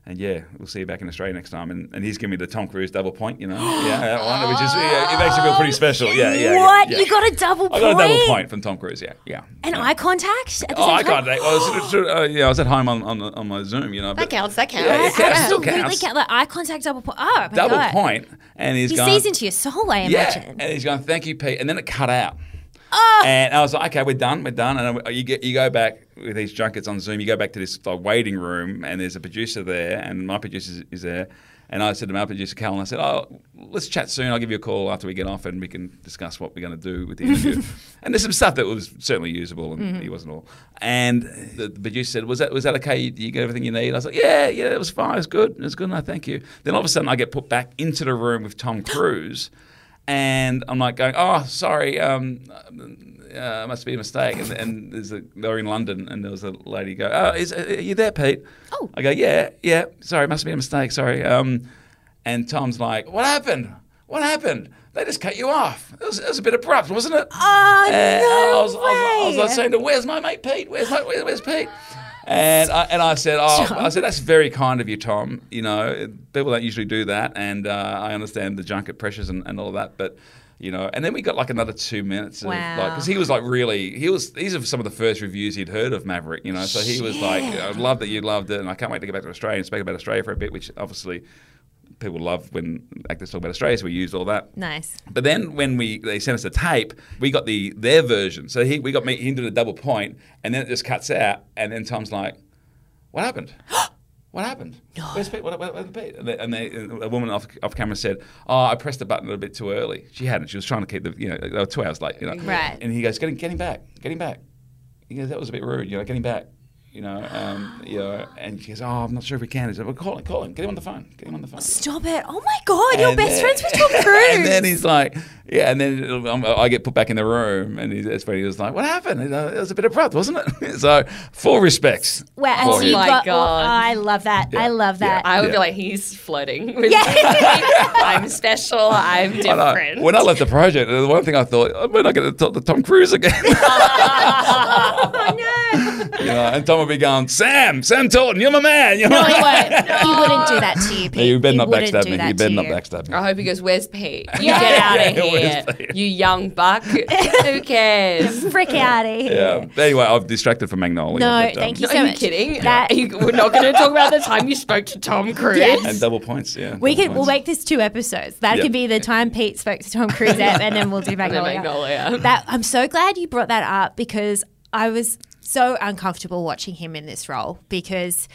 [SPEAKER 8] and yeah, we'll see you back in Australia next time. And, and he's giving me the Tom Cruise double point, you know, yeah, that one, which is yeah, it makes you feel pretty special. Yeah, yeah. yeah,
[SPEAKER 2] what?
[SPEAKER 8] yeah.
[SPEAKER 2] You got a double
[SPEAKER 8] I
[SPEAKER 2] point.
[SPEAKER 8] got a double point from Tom Cruise. Yeah, yeah.
[SPEAKER 2] And eye contact at the
[SPEAKER 8] Oh,
[SPEAKER 2] same
[SPEAKER 8] I
[SPEAKER 2] time.
[SPEAKER 8] got that. I was, uh, yeah, I was at home on, on, on my Zoom, you know.
[SPEAKER 3] That
[SPEAKER 8] but-
[SPEAKER 3] counts, that counts.
[SPEAKER 8] Yeah, it counts, still
[SPEAKER 2] Absolutely
[SPEAKER 8] counts.
[SPEAKER 2] count. Like eye contact double point. Oh, my
[SPEAKER 8] double
[SPEAKER 2] God.
[SPEAKER 8] point, and he's
[SPEAKER 2] He
[SPEAKER 8] gone,
[SPEAKER 2] sees into your soul, I
[SPEAKER 8] yeah,
[SPEAKER 2] imagine.
[SPEAKER 8] and he's going, "Thank you, Pete," and then it cut out.
[SPEAKER 2] Oh.
[SPEAKER 8] And I was like, "Okay, we're done, we're done." And I, you get you go back with these junkets on Zoom. You go back to this like, waiting room, and there's a producer there, and my producer is, is there. And I said to my producer, Cal, and I said, "Oh, let's chat soon. I'll give you a call after we get off, and we can discuss what we're going to do with the interview." and there's some stuff that was certainly usable, and
[SPEAKER 12] Mhm.
[SPEAKER 8] he wasn't all. And the, the producer said, "Was that was that okay? You, you got everything you need?" I was like, "Yeah, yeah, it was fine. It was good. It was good. No, thank you." Then all of a sudden, I get put back into the room with Tom Cruise, and I'm like going, "Oh, sorry, um, uh, must be a mistake." And, and there's a, they were in London, and there was a lady go, "Oh, is are you there, Pete?" Oh, I go, "Yeah, yeah. Sorry, must be a mistake. Sorry." Um, and Tom's like, "What happened? What happened? They just cut you off. It was, it was a bit abrupt, wasn't it?"
[SPEAKER 12] Oh,
[SPEAKER 8] And
[SPEAKER 12] no
[SPEAKER 8] I was, I was, I was like
[SPEAKER 12] way.
[SPEAKER 8] saying to, "Where's my mate Pete? Where's my, where- where's Pete?" And I, and I said, oh, I said that's very kind of you, Tom. You know, people don't usually do that, and uh, I understand the junket pressures and, and all that, but you know. And then we got like another two minutes of like
[SPEAKER 12] Wow.
[SPEAKER 8] because he was like really he was these are some of the first reviews he'd heard of Maverick, you know. So he was like, I love that you loved it, and I can't wait to get back to Australia and speak about Australia for a bit, which obviously people love when actors talk about Australia, so we used all that.
[SPEAKER 2] Nice.
[SPEAKER 8] But then when we they sent us the tape, we got the their version. So he we got me into the double point, and then it just cuts out, and then Tom's like, "What happened? what happened? Where's Pete? What, what, what happened to Pete?" And, they, and, they, and a woman off, off camera said, "Oh, I pressed the button a little bit too early. She hadn't. She was trying to keep the you know they were two hours late, you know."
[SPEAKER 12] Right.
[SPEAKER 8] And he goes, "Get him, get him back, get him back." He goes, "That was a bit rude, you know, get him back." You know, um, you know, and she goes, "Oh, I'm not sure if we can." He said, "Well, call him, call him, get him on the phone, get him on the phone."
[SPEAKER 2] Stop it. Oh, my God. You're
[SPEAKER 8] And
[SPEAKER 2] best
[SPEAKER 8] then-
[SPEAKER 2] friends with Tom Cruise.
[SPEAKER 8] And then he's like, yeah, and then it'll- um, I get put back in the room, and he, that's when he was like, what happened? You know, It was a bit abrupt, wasn't it? so, full respects.
[SPEAKER 2] Where, and
[SPEAKER 8] for
[SPEAKER 2] so you
[SPEAKER 8] him.
[SPEAKER 2] got,
[SPEAKER 3] God.
[SPEAKER 2] oh, I love that. I love that.
[SPEAKER 3] I would be
[SPEAKER 8] Yeah.
[SPEAKER 3] like, he's flirting with me. I'm special. I'm
[SPEAKER 8] I know.
[SPEAKER 3] different.
[SPEAKER 8] uh, When I left the project, the one thing I thought, oh, we're not going to talk to Tom Cruise again. You know, and Tom would be going, Sam, Sam Taunton, you're my man. You're
[SPEAKER 2] no,
[SPEAKER 8] my
[SPEAKER 2] he
[SPEAKER 8] man.
[SPEAKER 2] wouldn't. He wouldn't do that to you, Pete.
[SPEAKER 8] No, you better
[SPEAKER 2] He
[SPEAKER 8] not
[SPEAKER 2] wouldn't
[SPEAKER 8] backstab
[SPEAKER 2] do
[SPEAKER 8] me.
[SPEAKER 2] that
[SPEAKER 8] You better
[SPEAKER 2] to Oh,
[SPEAKER 8] not backstab me.
[SPEAKER 3] I hope he goes, Where's Pete? You get out of here. You young buck. Who cares?
[SPEAKER 2] Frick out of here.
[SPEAKER 8] Yeah. Anyway, I've distracted from Magnolia.
[SPEAKER 2] No,
[SPEAKER 8] but, um,
[SPEAKER 2] thank you
[SPEAKER 3] Are
[SPEAKER 2] so
[SPEAKER 3] you
[SPEAKER 2] much.
[SPEAKER 3] kidding?
[SPEAKER 2] That-
[SPEAKER 3] Are you- we're not going to talk about the time you spoke to Tom Cruise.
[SPEAKER 2] Yes.
[SPEAKER 8] And double points, yeah.
[SPEAKER 2] We
[SPEAKER 8] double
[SPEAKER 2] can. We'll
[SPEAKER 8] points.
[SPEAKER 2] make this two episodes. That
[SPEAKER 8] Yeah.
[SPEAKER 2] could be the time Pete spoke to Tom Cruise, app, and then we'll do
[SPEAKER 3] then
[SPEAKER 2] Magnolia.
[SPEAKER 3] Magnolia.
[SPEAKER 2] That I'm so glad you brought that up because I was so uncomfortable watching him in this role because,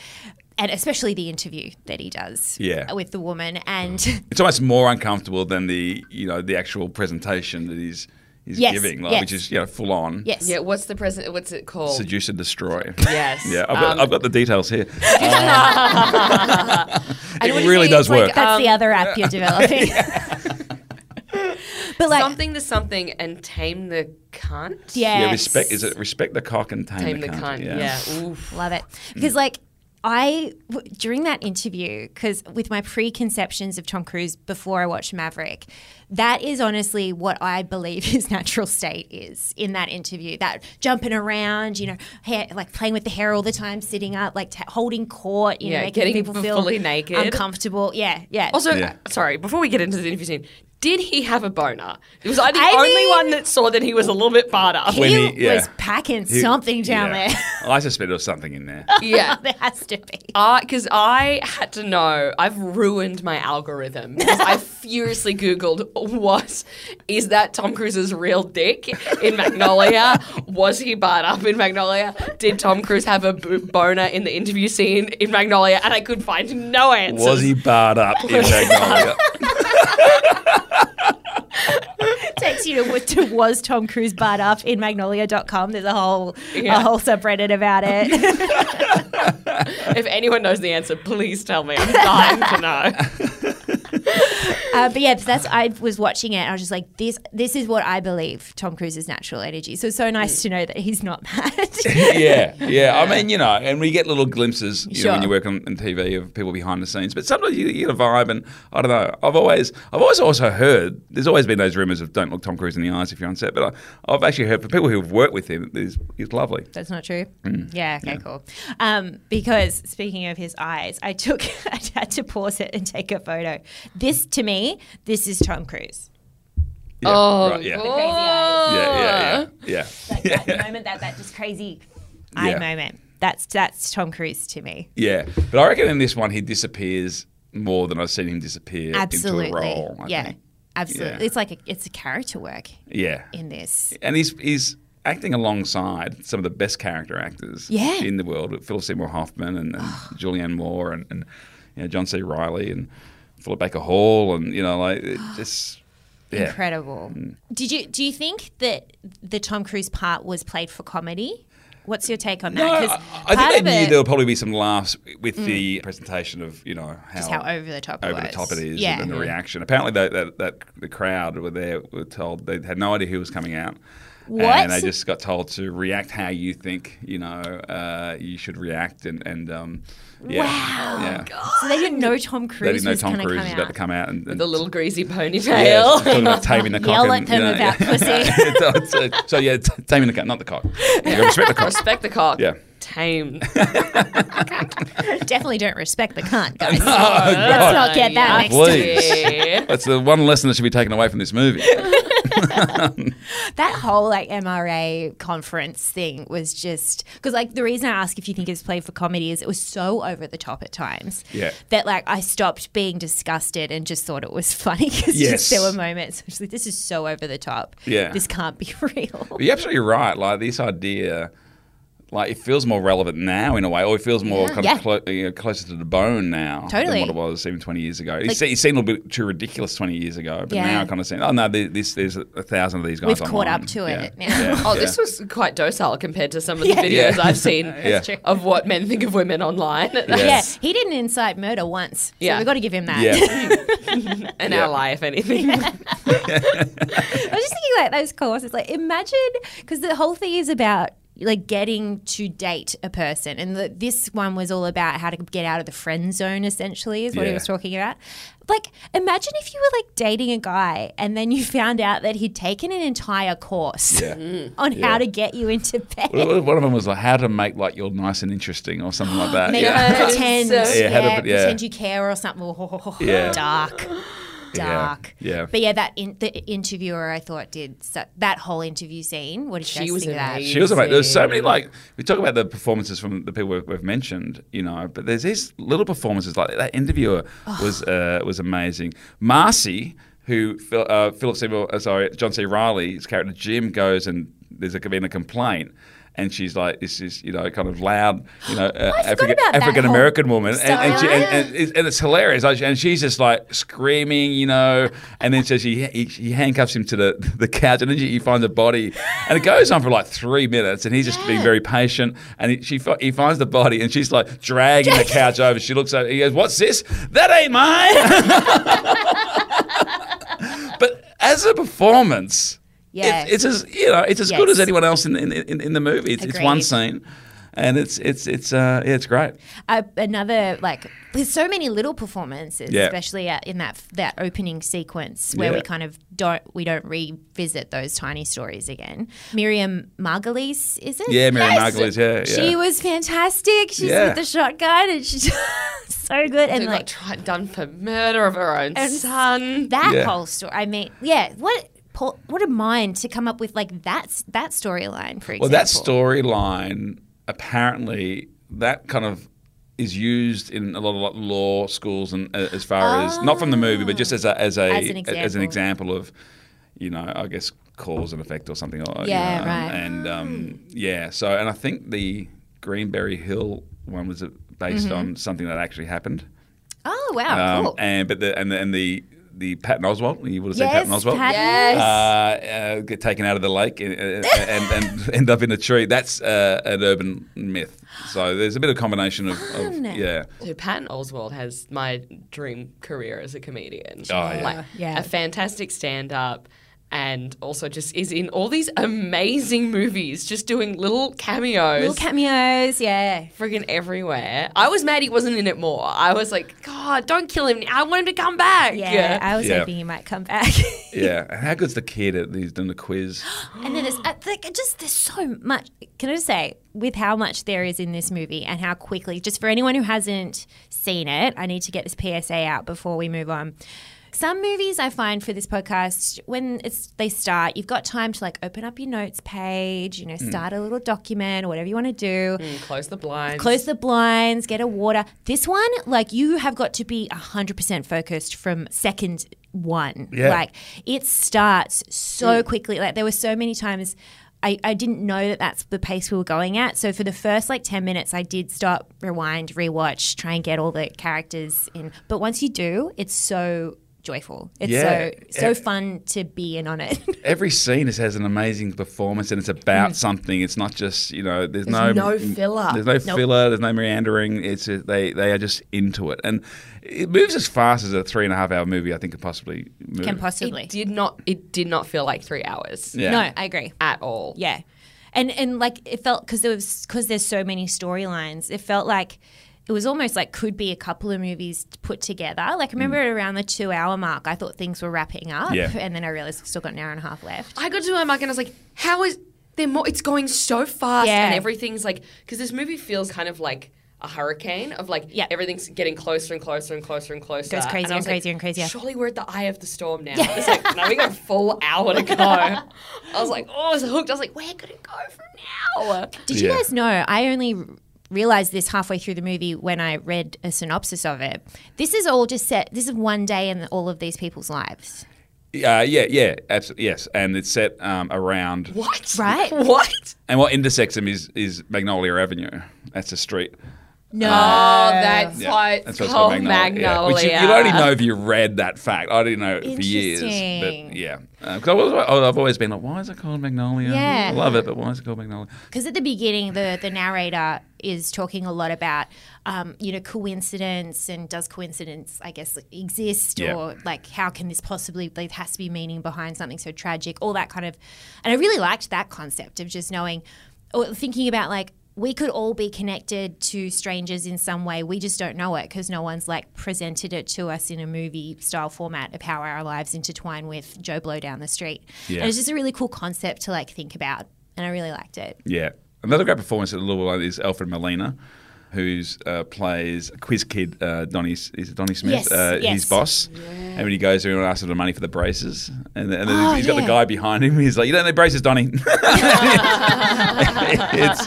[SPEAKER 2] and especially the interview that he does,
[SPEAKER 8] Yeah.
[SPEAKER 2] with the woman and.
[SPEAKER 8] It's almost more uncomfortable than the you know the actual presentation that he's he's
[SPEAKER 2] Yes,
[SPEAKER 8] giving, like,
[SPEAKER 2] yes.
[SPEAKER 8] which is you know full on
[SPEAKER 2] Yes.
[SPEAKER 3] Yeah. What's the present? What's it called?
[SPEAKER 8] seduce and destroy.
[SPEAKER 3] Yes.
[SPEAKER 8] yeah, I've got,
[SPEAKER 3] Um,
[SPEAKER 8] I've got the details here.
[SPEAKER 2] And what
[SPEAKER 8] it really
[SPEAKER 2] you say
[SPEAKER 8] does
[SPEAKER 2] is like,
[SPEAKER 8] work.
[SPEAKER 2] That's
[SPEAKER 3] um,
[SPEAKER 2] the other app you're developing. but like,
[SPEAKER 3] something to something and tame the cunt.
[SPEAKER 2] yeah,
[SPEAKER 8] Yeah, respect is it respect the cock and tame,
[SPEAKER 3] Tame
[SPEAKER 8] the
[SPEAKER 3] the
[SPEAKER 8] cunt.
[SPEAKER 3] cunt, yeah. Oof.
[SPEAKER 2] Love it because like I w- during that interview because with my preconceptions of Tom Cruise before I watched Maverick, that is honestly what I believe his natural state is in that interview. That jumping around, you know, hair, like playing with the hair all the time, sitting up, like t- holding court, you
[SPEAKER 3] Yeah,
[SPEAKER 2] know, making
[SPEAKER 3] getting
[SPEAKER 2] people feel
[SPEAKER 3] fully naked.
[SPEAKER 2] uncomfortable. Yeah, yeah.
[SPEAKER 3] Also, uh, sorry, before we get into the interview scene, did he have a boner? Was I the
[SPEAKER 2] I
[SPEAKER 3] only
[SPEAKER 2] mean-
[SPEAKER 3] one that saw that he was a little bit barred up?
[SPEAKER 8] When he- yeah.
[SPEAKER 2] was packing
[SPEAKER 8] He-
[SPEAKER 2] something down
[SPEAKER 8] yeah.
[SPEAKER 2] there.
[SPEAKER 8] I suspect there was something in there.
[SPEAKER 3] yeah,
[SPEAKER 2] there has to be.
[SPEAKER 3] Because I had to know, I've ruined my algorithm because I furiously Googled what is that Tom Cruise's real dick in Magnolia? Was he barred up in Magnolia? Did Tom Cruise have a bo- boner in the interview scene in Magnolia? And I could find no answers.
[SPEAKER 8] Was he barred up in Magnolia?
[SPEAKER 2] takes you to, to was Tom Cruise barred up in magnolia.com. There's a whole
[SPEAKER 3] Yeah.
[SPEAKER 2] a whole subreddit about it.
[SPEAKER 3] If anyone knows the answer, please tell me. I'm dying to know.
[SPEAKER 2] uh, but yeah, 'cause that's I was watching it. And I was just like, this this is what I believe Tom Cruise's natural energy. So it's so nice to know that he's not that.
[SPEAKER 8] yeah, yeah. I mean, you know, and we get little glimpses you know, when
[SPEAKER 2] Sure.
[SPEAKER 8] you work on, on TV of people behind the scenes, but sometimes you get a vibe, and I don't know. I've always, I've always also heard. There's always been those rumours of don't look Tom Cruise in the eyes if you're on set, but I, I've actually heard from people who've worked with him, he's, he's lovely.
[SPEAKER 2] That's not true.
[SPEAKER 8] Mm.
[SPEAKER 2] Yeah. Okay.
[SPEAKER 8] Yeah.
[SPEAKER 2] Cool. Um, because speaking of his eyes, I took I had to pause it and take a photo. This to me, this is Tom Cruise.
[SPEAKER 8] Yeah,
[SPEAKER 3] Oh,
[SPEAKER 8] right, yeah.
[SPEAKER 2] The crazy eyes.
[SPEAKER 8] yeah, yeah, yeah, yeah.
[SPEAKER 2] Like that moment, that that just crazy eye
[SPEAKER 8] Yeah.
[SPEAKER 2] moment. That's that's Tom Cruise to me.
[SPEAKER 8] Yeah, but I reckon in this one he disappears more than I've seen him disappear
[SPEAKER 2] absolutely
[SPEAKER 8] into a role. I
[SPEAKER 2] yeah
[SPEAKER 8] think.
[SPEAKER 2] absolutely
[SPEAKER 8] Yeah.
[SPEAKER 2] it's like a, it's a character work
[SPEAKER 8] yeah,
[SPEAKER 2] in this
[SPEAKER 8] and he's he's acting alongside some of the best character actors
[SPEAKER 2] Yeah.
[SPEAKER 8] in the world, with Philip Seymour Hoffman and, and Julianne Moore and, and you know John C. Riley and Philip Baker Hall and you know like it just yeah.
[SPEAKER 2] incredible
[SPEAKER 8] Mm.
[SPEAKER 2] did you do you think that the tom cruise part was played for comedy what's your take on that
[SPEAKER 8] I, I
[SPEAKER 2] part
[SPEAKER 8] think
[SPEAKER 2] of
[SPEAKER 8] they knew
[SPEAKER 2] it-
[SPEAKER 8] there would probably be some laughs with
[SPEAKER 2] Mm.
[SPEAKER 8] the presentation of you know how
[SPEAKER 2] Just how over the top it
[SPEAKER 8] over the
[SPEAKER 2] was.
[SPEAKER 8] top it is
[SPEAKER 2] Yeah.
[SPEAKER 8] and the
[SPEAKER 2] Mhm.
[SPEAKER 8] reaction. Apparently, that, that, that the crowd were there were told they had no idea who was coming out.
[SPEAKER 2] What?
[SPEAKER 8] And they just got told to react how you think you know uh, you should react and and um, yeah,
[SPEAKER 2] Wow.
[SPEAKER 8] yeah.
[SPEAKER 2] so they didn't know tom
[SPEAKER 8] They
[SPEAKER 2] cruise
[SPEAKER 8] didn't know
[SPEAKER 2] was
[SPEAKER 8] Tom
[SPEAKER 2] going to
[SPEAKER 8] Cruise
[SPEAKER 2] come
[SPEAKER 8] was
[SPEAKER 2] out
[SPEAKER 8] about to come out and, and
[SPEAKER 3] The little greasy ponytail.
[SPEAKER 8] yeah, it's talking about taming the cock.
[SPEAKER 2] Yell
[SPEAKER 8] and,
[SPEAKER 2] at them
[SPEAKER 8] you know,
[SPEAKER 2] about
[SPEAKER 8] yeah. pussy. so, so, yeah, t- taming the cock, not the cock. Yeah, respect the cock.
[SPEAKER 3] Respect the cock.
[SPEAKER 8] Yeah.
[SPEAKER 3] Tame.
[SPEAKER 2] definitely don't respect the cunt guys
[SPEAKER 8] Oh, God.
[SPEAKER 2] let's not get that next
[SPEAKER 8] Please.
[SPEAKER 2] time
[SPEAKER 8] That's the one lesson that should be taken away from this movie.
[SPEAKER 2] That whole like MRA conference thing was just because like the reason I ask if you think it's played for comedy is it was so over the top at times.
[SPEAKER 8] Yeah.
[SPEAKER 2] That like I stopped being disgusted and just thought it was funny because
[SPEAKER 8] Yes.
[SPEAKER 2] there were moments I was like, this is so over the top.
[SPEAKER 8] Yeah.
[SPEAKER 2] This can't be real.
[SPEAKER 8] But you're absolutely right. Like this idea, like it feels more relevant now in a way, or it feels more
[SPEAKER 2] Yeah.
[SPEAKER 8] kind
[SPEAKER 2] Yeah.
[SPEAKER 8] of clo- you know, closer to the bone now
[SPEAKER 2] Totally.
[SPEAKER 8] than what it was even 20 years ago.
[SPEAKER 2] Like-
[SPEAKER 8] it, se- it seemed a little bit too ridiculous 20 years ago, but
[SPEAKER 2] Yeah.
[SPEAKER 8] now I kind of seems, oh no, th- this there's a a thousand of these guys.
[SPEAKER 2] We've caught
[SPEAKER 8] online.
[SPEAKER 2] up to
[SPEAKER 8] Yeah.
[SPEAKER 2] it now.
[SPEAKER 8] Yeah.
[SPEAKER 3] Oh,
[SPEAKER 8] Yeah.
[SPEAKER 3] this was quite docile compared to some of the
[SPEAKER 2] Yeah.
[SPEAKER 3] videos
[SPEAKER 8] Yeah.
[SPEAKER 3] I've seen
[SPEAKER 8] That's true.
[SPEAKER 3] of what men think of women online.
[SPEAKER 8] Yes.
[SPEAKER 2] Yeah. He didn't incite murder once. So
[SPEAKER 3] Yeah.
[SPEAKER 2] we've got to give him that.
[SPEAKER 3] An
[SPEAKER 2] Yeah.
[SPEAKER 3] ally, if anything.
[SPEAKER 2] I was just thinking like those courses. Like imagine because the whole thing is about like getting to date a person, and the, this one was all about how to get out of the friend zone. Essentially, is what he
[SPEAKER 6] Yeah.
[SPEAKER 2] was talking about. Like imagine if you were like dating a guy, and then you found out that he'd taken an entire course
[SPEAKER 8] Yeah. Mm.
[SPEAKER 2] on
[SPEAKER 8] Yeah.
[SPEAKER 2] how to get you into bed.
[SPEAKER 8] Well, One of them was like how to make like you're nice and interesting or something like that.
[SPEAKER 2] Make
[SPEAKER 8] yeah.
[SPEAKER 2] her pretend,
[SPEAKER 8] Yeah,
[SPEAKER 2] yeah,
[SPEAKER 8] how to put- yeah.
[SPEAKER 2] pretend you care or something. Oh,
[SPEAKER 8] Yeah.
[SPEAKER 2] Dark, dark.
[SPEAKER 8] Yeah.
[SPEAKER 2] But yeah, that in, the interviewer I thought did su- that whole interview scene. What did you
[SPEAKER 3] She
[SPEAKER 2] guys
[SPEAKER 3] was
[SPEAKER 2] think of that?
[SPEAKER 8] She was amazing. There's so many like we talk about the performances from the people we've, we've mentioned, you know, but there's these little performances like that interviewer was uh, was amazing. Marcy, who Phil- uh, Philip Seymour, uh, sorry, John C. Riley's character Jim goes and there's a, been a complaint. And she's like, this is, you know, kind of loud, you know, uh, African
[SPEAKER 2] about that
[SPEAKER 8] African American woman. And, and, she, and,
[SPEAKER 2] storyline.
[SPEAKER 8] and, it's- and it's hilarious. Like, And she's just like screaming, you know. And then so she he, he handcuffs him to the, the couch, and then she, he finds a body, and it goes on for like three minutes, and he's just being very patient. And he, she fi- he finds the body, and she's like dragging the couch over. She looks over, he goes, "What's this? That ain't mine." but as a performance,
[SPEAKER 2] Yeah.
[SPEAKER 8] it's, it's as you know, it's as
[SPEAKER 2] Yes.
[SPEAKER 8] good as anyone else in in, in, in the movie. It's, it's one
[SPEAKER 2] Agreed.
[SPEAKER 8] scene. and it's it's it's uh, yeah, it's great.
[SPEAKER 2] uh, another like there's so many little performances
[SPEAKER 8] Yeah.
[SPEAKER 2] especially at, in that that opening sequence where we
[SPEAKER 8] Yeah.
[SPEAKER 2] kind of don't we don't revisit those tiny stories again miriam margolyes is it
[SPEAKER 8] Yeah, Miriam Margolyes, yeah,
[SPEAKER 2] she
[SPEAKER 8] yeah.
[SPEAKER 2] was fantastic she's
[SPEAKER 8] Yeah.
[SPEAKER 2] with the shotgun and she's so good and
[SPEAKER 3] Who got
[SPEAKER 2] like
[SPEAKER 3] tried, done for murder of her own
[SPEAKER 2] and
[SPEAKER 3] son.
[SPEAKER 2] that
[SPEAKER 3] Yeah.
[SPEAKER 2] whole story i mean yeah what Paul, what a mind to come up with like that's that storyline for example
[SPEAKER 8] Well, that storyline apparently that kind of is used in a lot of like, law schools and uh, as far as not from the movie, but just as a as a
[SPEAKER 2] As an
[SPEAKER 8] as
[SPEAKER 2] example.
[SPEAKER 8] an example of you know I guess cause and effect or something. Like, you
[SPEAKER 2] Yeah,
[SPEAKER 8] know,
[SPEAKER 2] right. Hmm.
[SPEAKER 8] And um, yeah, so and I think the Greenberry Hill one was uh, based
[SPEAKER 2] Mhm.
[SPEAKER 8] on something that actually happened.
[SPEAKER 2] oh wow
[SPEAKER 8] Um,
[SPEAKER 2] cool
[SPEAKER 8] And but the and the, and the the Patton Oswald, you would have
[SPEAKER 2] Yes,
[SPEAKER 8] said Patton Oswald,
[SPEAKER 2] Patton. Yes.
[SPEAKER 8] Uh, uh, get taken out of the lake and, uh, and, and end up in a tree. That's uh, an urban myth. So there's a bit of combination of, of
[SPEAKER 3] Fun.
[SPEAKER 8] yeah.
[SPEAKER 3] So Patton Oswald has my dream career as a comedian.
[SPEAKER 8] Oh, yeah.
[SPEAKER 3] Like,
[SPEAKER 2] Yeah.
[SPEAKER 3] A fantastic stand up and also just is in all these amazing movies, just doing little cameos.
[SPEAKER 2] little cameos yeah
[SPEAKER 3] Friggin' everywhere. I was mad he wasn't in it more. I was like, God, don't kill him. I want him to come back.
[SPEAKER 2] yeah, i was
[SPEAKER 8] Yeah.
[SPEAKER 2] hoping he might come back
[SPEAKER 8] Yeah, and how good's the kid at these doing the quiz?
[SPEAKER 2] And then there's
[SPEAKER 3] Mm.
[SPEAKER 2] uh, like just there's so much. Can I just say with how much there is in this movie and how quickly? Just for anyone who hasn't seen it, I need to get this PSA out before we move on. Some movies I find for this podcast, when it's they start, you've got time to like open up your notes page, you know,
[SPEAKER 3] Mm.
[SPEAKER 2] start a little document or whatever you want to do.
[SPEAKER 3] Mm, close the blinds.
[SPEAKER 2] Close the blinds, get a water. This one, like you have got to be 100% focused from second one.
[SPEAKER 3] Yeah.
[SPEAKER 2] Like it starts so
[SPEAKER 3] Mm.
[SPEAKER 2] quickly. Like there were so many times I, I didn't know that that's the pace we were going at. So for the first like 10 minutes, I did stop, rewind, rewatch, try and get all the characters in. But once you do, it's so joyful. It's
[SPEAKER 8] Yeah.
[SPEAKER 2] so, so
[SPEAKER 8] Yeah.
[SPEAKER 2] fun to be in on it.
[SPEAKER 8] Every scene is, has an amazing performance, and it's about something. It's not just you know. There's,
[SPEAKER 2] Mm. There's
[SPEAKER 8] no
[SPEAKER 2] no filler.
[SPEAKER 8] There's no
[SPEAKER 2] Nope.
[SPEAKER 8] filler. There's no meandering. It's uh, they they are just into it, and it moves as fast as a three and a half hour movie. I think could possibly move.
[SPEAKER 2] possibly.
[SPEAKER 3] It did not it did not feel like three hours.
[SPEAKER 8] Yeah.
[SPEAKER 2] No, I agree.
[SPEAKER 3] At all.
[SPEAKER 2] Yeah, and and like it felt because there was because there's so many storylines. It felt like it was almost like could be a couple of movies put together. Like I remember at around the two hour mark, I thought things were wrapping up,
[SPEAKER 3] Yeah.
[SPEAKER 2] and then I realized I've still got an hour and a half left.
[SPEAKER 3] I got to my mark and I was like, how is there more? It's going so fast
[SPEAKER 2] Yeah.
[SPEAKER 3] and everything's like, because this movie feels kind of like a hurricane of like everything's getting closer and closer and closer and closer.
[SPEAKER 2] Goes crazier
[SPEAKER 3] I
[SPEAKER 2] and
[SPEAKER 3] was like,
[SPEAKER 2] crazier and crazier.
[SPEAKER 3] Surely we're at the eye of the storm now. It's like, no, we got a full hour to go. I was like, oh, I was hooked. I was like, where could it go from now?
[SPEAKER 2] Did you
[SPEAKER 3] Yeah.
[SPEAKER 2] guys know? I only r- realized this halfway through the movie when I read a synopsis of it. This is all just set. This is one day in all of these people's lives.
[SPEAKER 8] Uh, yeah, yeah, absolutely, yes, and it's set um, around
[SPEAKER 2] What? Right?
[SPEAKER 3] What?
[SPEAKER 8] And what intersects them is is Magnolia Avenue. That's a street.
[SPEAKER 2] No,
[SPEAKER 3] that's
[SPEAKER 8] Yeah,
[SPEAKER 3] why it's
[SPEAKER 8] that's why it's
[SPEAKER 3] called
[SPEAKER 2] Oh,
[SPEAKER 8] called
[SPEAKER 3] Magnolia.
[SPEAKER 8] Magnolia. yeah. Which you, you'd only know if you read that fact. I didn't know it for years.
[SPEAKER 2] Interesting.
[SPEAKER 8] But yeah, because I was, I- I've always been like, why is it called Magnolia?
[SPEAKER 2] Yeah.
[SPEAKER 8] I love it, but why is it called Magnolia?
[SPEAKER 2] Because at the beginning, the, the narrator is talking a lot about, um, you know, coincidence and does coincidence, I guess, exist
[SPEAKER 6] Yeah.
[SPEAKER 2] or like how can this possibly, there has to be meaning behind something so tragic, all that kind of. And I really liked that concept of just knowing or thinking about like, we could all be connected to strangers in some way. We just don't know it because no one's like presented it to us in a movie style format of how our lives intertwine with Joe Blow down the street.
[SPEAKER 8] Yeah.
[SPEAKER 2] And it's just a really cool concept to like think about. And I really liked it.
[SPEAKER 8] Yeah. Another great performance at the Louisville Lion is Alfred Molina, who uh, plays Quiz Kid uh, Donnie, is it Donnie Smith,
[SPEAKER 2] Yes,
[SPEAKER 8] uh,
[SPEAKER 2] yes.
[SPEAKER 8] his boss. And when he goes there and asks him for money for the braces, and, then- and then
[SPEAKER 2] Oh,
[SPEAKER 8] he's got
[SPEAKER 2] yeah.
[SPEAKER 8] the guy behind him, he's like, You don't need braces, Donnie. it's,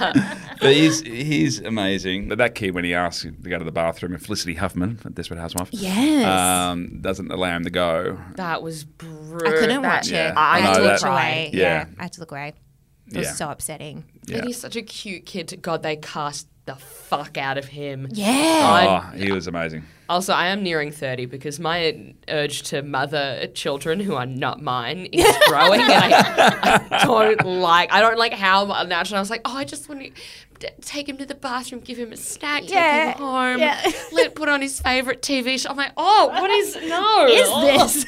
[SPEAKER 8] but he's, he's amazing. But that kid, when he asks to go to the bathroom, and Felicity Huffman, from Desperate Housewife,
[SPEAKER 3] Yes.
[SPEAKER 8] um, doesn't allow him to go.
[SPEAKER 3] That was brutal.
[SPEAKER 2] I couldn't watch it. I,
[SPEAKER 8] know
[SPEAKER 2] had to look
[SPEAKER 8] that-
[SPEAKER 2] away. Yeah.
[SPEAKER 8] yeah.
[SPEAKER 2] I had to look away. It was
[SPEAKER 8] Yeah.
[SPEAKER 2] so upsetting.
[SPEAKER 8] Yeah.
[SPEAKER 3] And he's such a cute kid. God, they cast the fuck out of him. I-
[SPEAKER 8] Oh, he was amazing.
[SPEAKER 3] Also, I am nearing 30 because my urge to mother children who are not mine is growing. and I, I don't like, I don't like how natural. I was like, oh, I just want to d- take him to the bathroom, give him a snack,
[SPEAKER 5] Yeah.
[SPEAKER 3] take him home,
[SPEAKER 5] Yeah.
[SPEAKER 3] let put on his favorite TV show. I'm like, oh, what is, no.
[SPEAKER 5] Is
[SPEAKER 3] oh.
[SPEAKER 5] this?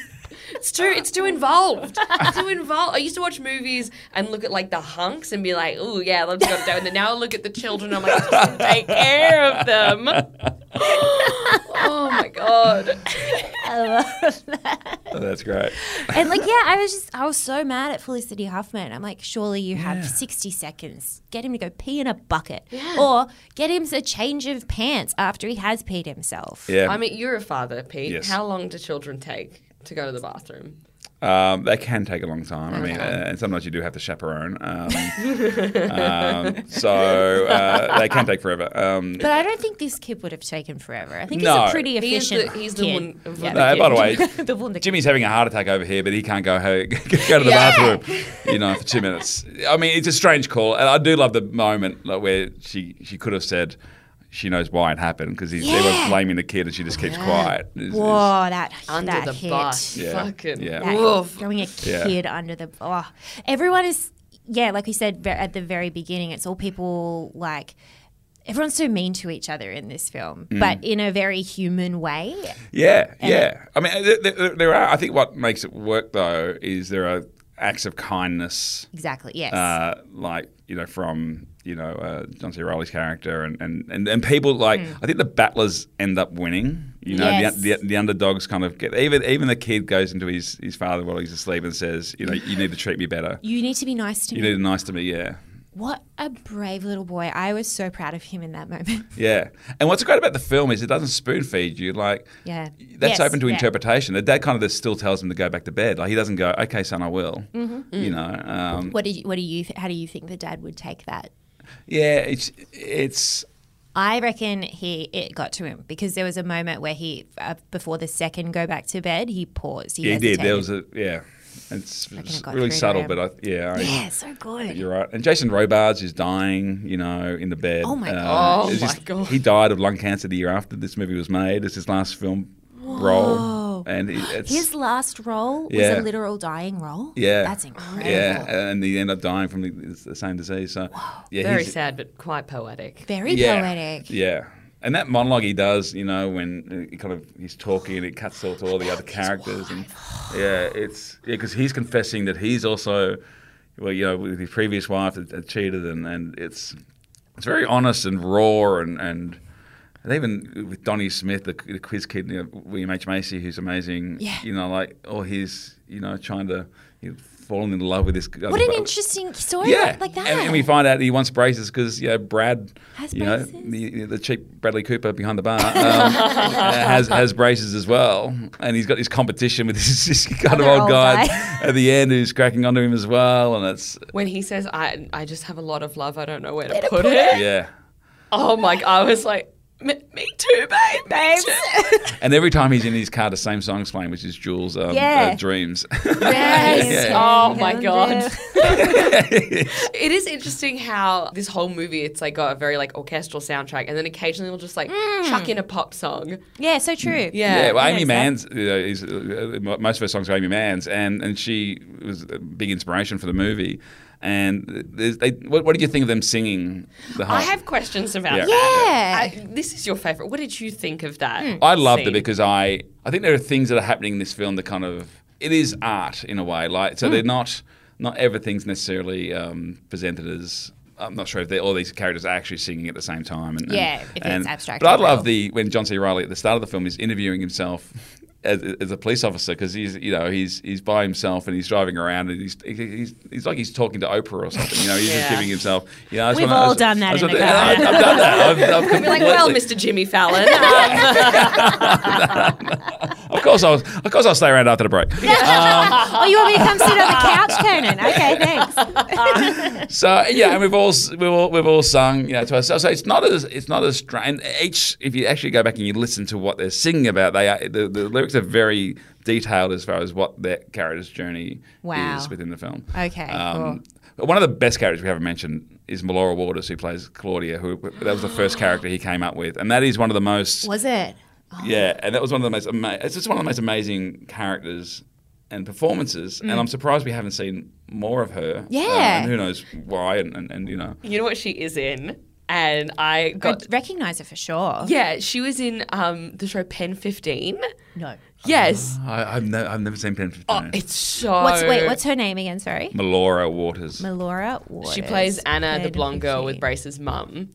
[SPEAKER 3] It's too it's too involved. It's too involved. I used to watch movies and look at like the hunks and be like, oh yeah, let's go to that. And then now I look at the children. I'm like, just take care of them. oh my god.
[SPEAKER 2] I love that.
[SPEAKER 8] That's great.
[SPEAKER 2] And like, yeah, I was just, I was so mad at Felicity Huffman. I'm like, surely you have
[SPEAKER 8] Yeah.
[SPEAKER 2] 60 seconds. Get him to go pee in a bucket, or get him a change of pants after he has peed himself.
[SPEAKER 8] Yeah.
[SPEAKER 3] I mean, you're a father, Pete.
[SPEAKER 8] Yes.
[SPEAKER 3] How long do children take to go to the bathroom?
[SPEAKER 8] Um, they can take a long time. I mean,
[SPEAKER 3] Okay.
[SPEAKER 8] uh, and sometimes you do have to chaperone. Um, um, so uh, they can take forever. Um,
[SPEAKER 2] But I don't think this kid would have taken forever. I think
[SPEAKER 8] No.
[SPEAKER 2] he's a pretty
[SPEAKER 3] He is the-
[SPEAKER 2] efficient.
[SPEAKER 3] he's the
[SPEAKER 2] kid.
[SPEAKER 3] wun-
[SPEAKER 2] Yeah.
[SPEAKER 8] No, uh, by the way,
[SPEAKER 2] the wunderkind.
[SPEAKER 8] Jimmy's having a heart attack over here, but he can't go ho- go to the
[SPEAKER 2] Yeah.
[SPEAKER 8] bathroom, you know, for two minutes. I mean, it's a strange call, and I do love the moment like, where she she could have said she knows why it happened because
[SPEAKER 2] Yeah.
[SPEAKER 8] everyone's blaming the kid, and she just keeps quiet. It's- it's-
[SPEAKER 2] Whoa, that
[SPEAKER 3] Under
[SPEAKER 2] that
[SPEAKER 3] the
[SPEAKER 2] hit.
[SPEAKER 3] bus.
[SPEAKER 8] Yeah,
[SPEAKER 3] Fucking
[SPEAKER 8] yeah.
[SPEAKER 2] That
[SPEAKER 3] woof.
[SPEAKER 2] throwing a
[SPEAKER 8] Yeah.
[SPEAKER 2] kid under the oh, everyone is yeah, like we said ve- at the very beginning, it's all people like. Everyone's so mean to each other in this film,
[SPEAKER 8] Mm.
[SPEAKER 2] but in a very human way.
[SPEAKER 8] Yeah, yeah. I mean, th- th- th- there are. I think what makes it work though is there are acts of kindness.
[SPEAKER 2] Exactly, yes.
[SPEAKER 8] Uh, like you know, from you know uh, John C. Riley's character, and and, and, and people like
[SPEAKER 2] Mm.
[SPEAKER 8] I think the battlers end up winning. You know,
[SPEAKER 2] Yes.
[SPEAKER 8] the, the, the underdogs kind of get even even the kid goes into his his father while he's asleep and says, you know, you need to treat me better.
[SPEAKER 2] You need to be nice to
[SPEAKER 8] You
[SPEAKER 2] me.
[SPEAKER 8] need to nice to me, yeah.
[SPEAKER 2] What a brave little boy! I was so proud of him in that moment.
[SPEAKER 8] Yeah. And what's great about the film is it doesn't spoon feed you. Like,
[SPEAKER 2] Yeah, Yes,
[SPEAKER 8] that's open to
[SPEAKER 2] yeah.
[SPEAKER 8] interpretation. The dad kind of just still tells him to go back to bed. Like he doesn't go, okay, son, I will.
[SPEAKER 2] Mhm.
[SPEAKER 8] You
[SPEAKER 2] Mm.
[SPEAKER 8] know, um,
[SPEAKER 2] What did you, what do you th- how do you think the dad would take that?
[SPEAKER 8] yeah, it's it's
[SPEAKER 2] I reckon he it got to him because there was a moment where he uh, before the second go back to bed he paused. He
[SPEAKER 8] yeah, he did. There
[SPEAKER 2] hesitated.
[SPEAKER 8] was a yeah. It's
[SPEAKER 2] it got
[SPEAKER 8] really
[SPEAKER 2] through to
[SPEAKER 8] subtle,
[SPEAKER 2] him.
[SPEAKER 8] but I, yeah, I,
[SPEAKER 2] Yeah, so good.
[SPEAKER 8] You're right. And Jason Robards is dying, you know, in the bed.
[SPEAKER 2] Oh my God.
[SPEAKER 8] it's
[SPEAKER 2] Oh my God.
[SPEAKER 8] He died of lung cancer the year after this movie was made. It's his last film
[SPEAKER 2] Whoa.
[SPEAKER 8] role, and it, it's
[SPEAKER 2] His last role was a
[SPEAKER 8] Yeah.
[SPEAKER 2] literal dying role.
[SPEAKER 8] Yeah,
[SPEAKER 2] that's incredible.
[SPEAKER 8] Yeah, and he ended up dying from the, the same disease. So, yeah,
[SPEAKER 3] Very
[SPEAKER 8] he's-
[SPEAKER 3] sad, but quite poetic.
[SPEAKER 2] Very
[SPEAKER 8] yeah,
[SPEAKER 2] poetic.
[SPEAKER 8] Yeah, and that monologue he does, you know, when uh, he kind of he's talking and it cuts all to all the other characters, and yeah, it's yeah because he's confessing that he's also, well, you know, with his previous wife had, had cheated, and and it's it's very honest and raw and and. And even with Donnie Smith, the, the quiz kid, you know, William H. Macy, who's amazing,
[SPEAKER 2] Yeah.
[SPEAKER 8] you know, like, oh, he's, you know, trying to, he's fallen in love with this guy.
[SPEAKER 2] What an interesting story
[SPEAKER 8] Yeah,
[SPEAKER 2] like, like that.
[SPEAKER 8] And, and we find out he wants braces because you know Brad,
[SPEAKER 2] Has
[SPEAKER 8] you know the, the cheap Bradley Cooper behind the bar um, uh, has has braces as well, and he's got this competition with this, this kind of
[SPEAKER 3] Other
[SPEAKER 8] old,
[SPEAKER 3] old
[SPEAKER 8] guy,
[SPEAKER 3] guy.
[SPEAKER 8] at the end who's cracking onto him as well, and it's
[SPEAKER 3] When he says, I, I just have a lot of love, I don't know where to,
[SPEAKER 2] to
[SPEAKER 3] put,
[SPEAKER 2] put
[SPEAKER 3] it.
[SPEAKER 8] yeah.
[SPEAKER 3] Oh my, I was like, me, me too, babe. Babe.
[SPEAKER 8] And every time he's in his car, the same song's playing, which is Jules' um,
[SPEAKER 3] Yeah.
[SPEAKER 8] uh, dreams.
[SPEAKER 3] Yes.
[SPEAKER 8] Yeah.
[SPEAKER 3] Oh my god. it is interesting how this whole movie it's like got a very like orchestral soundtrack and then occasionally we'll just like
[SPEAKER 2] Mm.
[SPEAKER 3] chuck in a pop song.
[SPEAKER 2] Yeah, so true.
[SPEAKER 8] Yeah, well, Amy Manns, you know, is, uh, uh, most of her songs are Amy Manns, and, and she was a big inspiration for the movie. And there's- they, what, what did you think of them singing the whole?
[SPEAKER 3] I have questions about
[SPEAKER 8] Oh. Yeah.
[SPEAKER 3] that. Yeah. Hmm. this is your favorite. What did you think of that?
[SPEAKER 8] I loved
[SPEAKER 3] scene?
[SPEAKER 8] it because I I think there are things that are happening in this film that kind of it is art in a way. Like so, they're
[SPEAKER 2] Hmm.
[SPEAKER 8] not not everything's necessarily um, presented as. I'm not sure if they're, all these characters are actually singing at the same time. And, and-
[SPEAKER 2] Yeah, if it's
[SPEAKER 8] and-
[SPEAKER 2] abstract
[SPEAKER 8] But I
[SPEAKER 2] or real.
[SPEAKER 8] love the when John C. Riley at the start of the film is interviewing himself. As, as a police officer, because he's you know he's he's by himself and he's driving around and he's he's, he's like he's talking to Oprah or something. You know, he's just
[SPEAKER 3] Yeah.
[SPEAKER 8] giving himself. You know, I just
[SPEAKER 2] We've
[SPEAKER 8] wanna- I
[SPEAKER 2] all
[SPEAKER 8] just-
[SPEAKER 2] done that
[SPEAKER 8] I just
[SPEAKER 2] in
[SPEAKER 8] wanna-
[SPEAKER 2] the car.
[SPEAKER 8] I've done that. I've, I've
[SPEAKER 3] I'd be like, well, Mr.
[SPEAKER 8] completely-
[SPEAKER 3] Jimmy Fallon. um,
[SPEAKER 8] of course, I'll of course I'll stay around after the break.
[SPEAKER 2] oh, you want me to come sit on the couch, Conan? Okay, thanks.
[SPEAKER 8] So yeah, and we've all s- we've all, we've all sung you know to ourselves. So it's not as it's not as strange. Each if you actually go back and you listen to what they're singing about, they are, the, the lyrics are very detailed as far as what their character's journey
[SPEAKER 2] Wow.
[SPEAKER 8] is within the film. Um,
[SPEAKER 2] Okay,
[SPEAKER 8] but One of the best characters we haven't mentioned is Melora Waters, who plays Claudia. Who that was the first character he came up with, and that is one of the most
[SPEAKER 2] Was it?
[SPEAKER 8] yeah, and that was one of the most ama- it's just one of the most amazing characters and performances. And
[SPEAKER 3] Mm.
[SPEAKER 8] I'm surprised we haven't seen more of her.
[SPEAKER 3] Yeah.
[SPEAKER 8] Um, and who knows why and, and, and you know.
[SPEAKER 3] you know what she is in? and I got
[SPEAKER 2] I'd recognize her for sure.
[SPEAKER 3] yeah, she was in um, the show Pen Fifteen.
[SPEAKER 2] No.
[SPEAKER 3] Yes.
[SPEAKER 8] I, I've, ne- I've never seen Pen 15.
[SPEAKER 3] Oh, it's so.
[SPEAKER 2] What's wait? What's her name again? Sorry,
[SPEAKER 8] Melora Waters.
[SPEAKER 2] Melora. Waters.
[SPEAKER 3] She plays Anna, the
[SPEAKER 2] Pen
[SPEAKER 3] blonde girl with Brace's mum.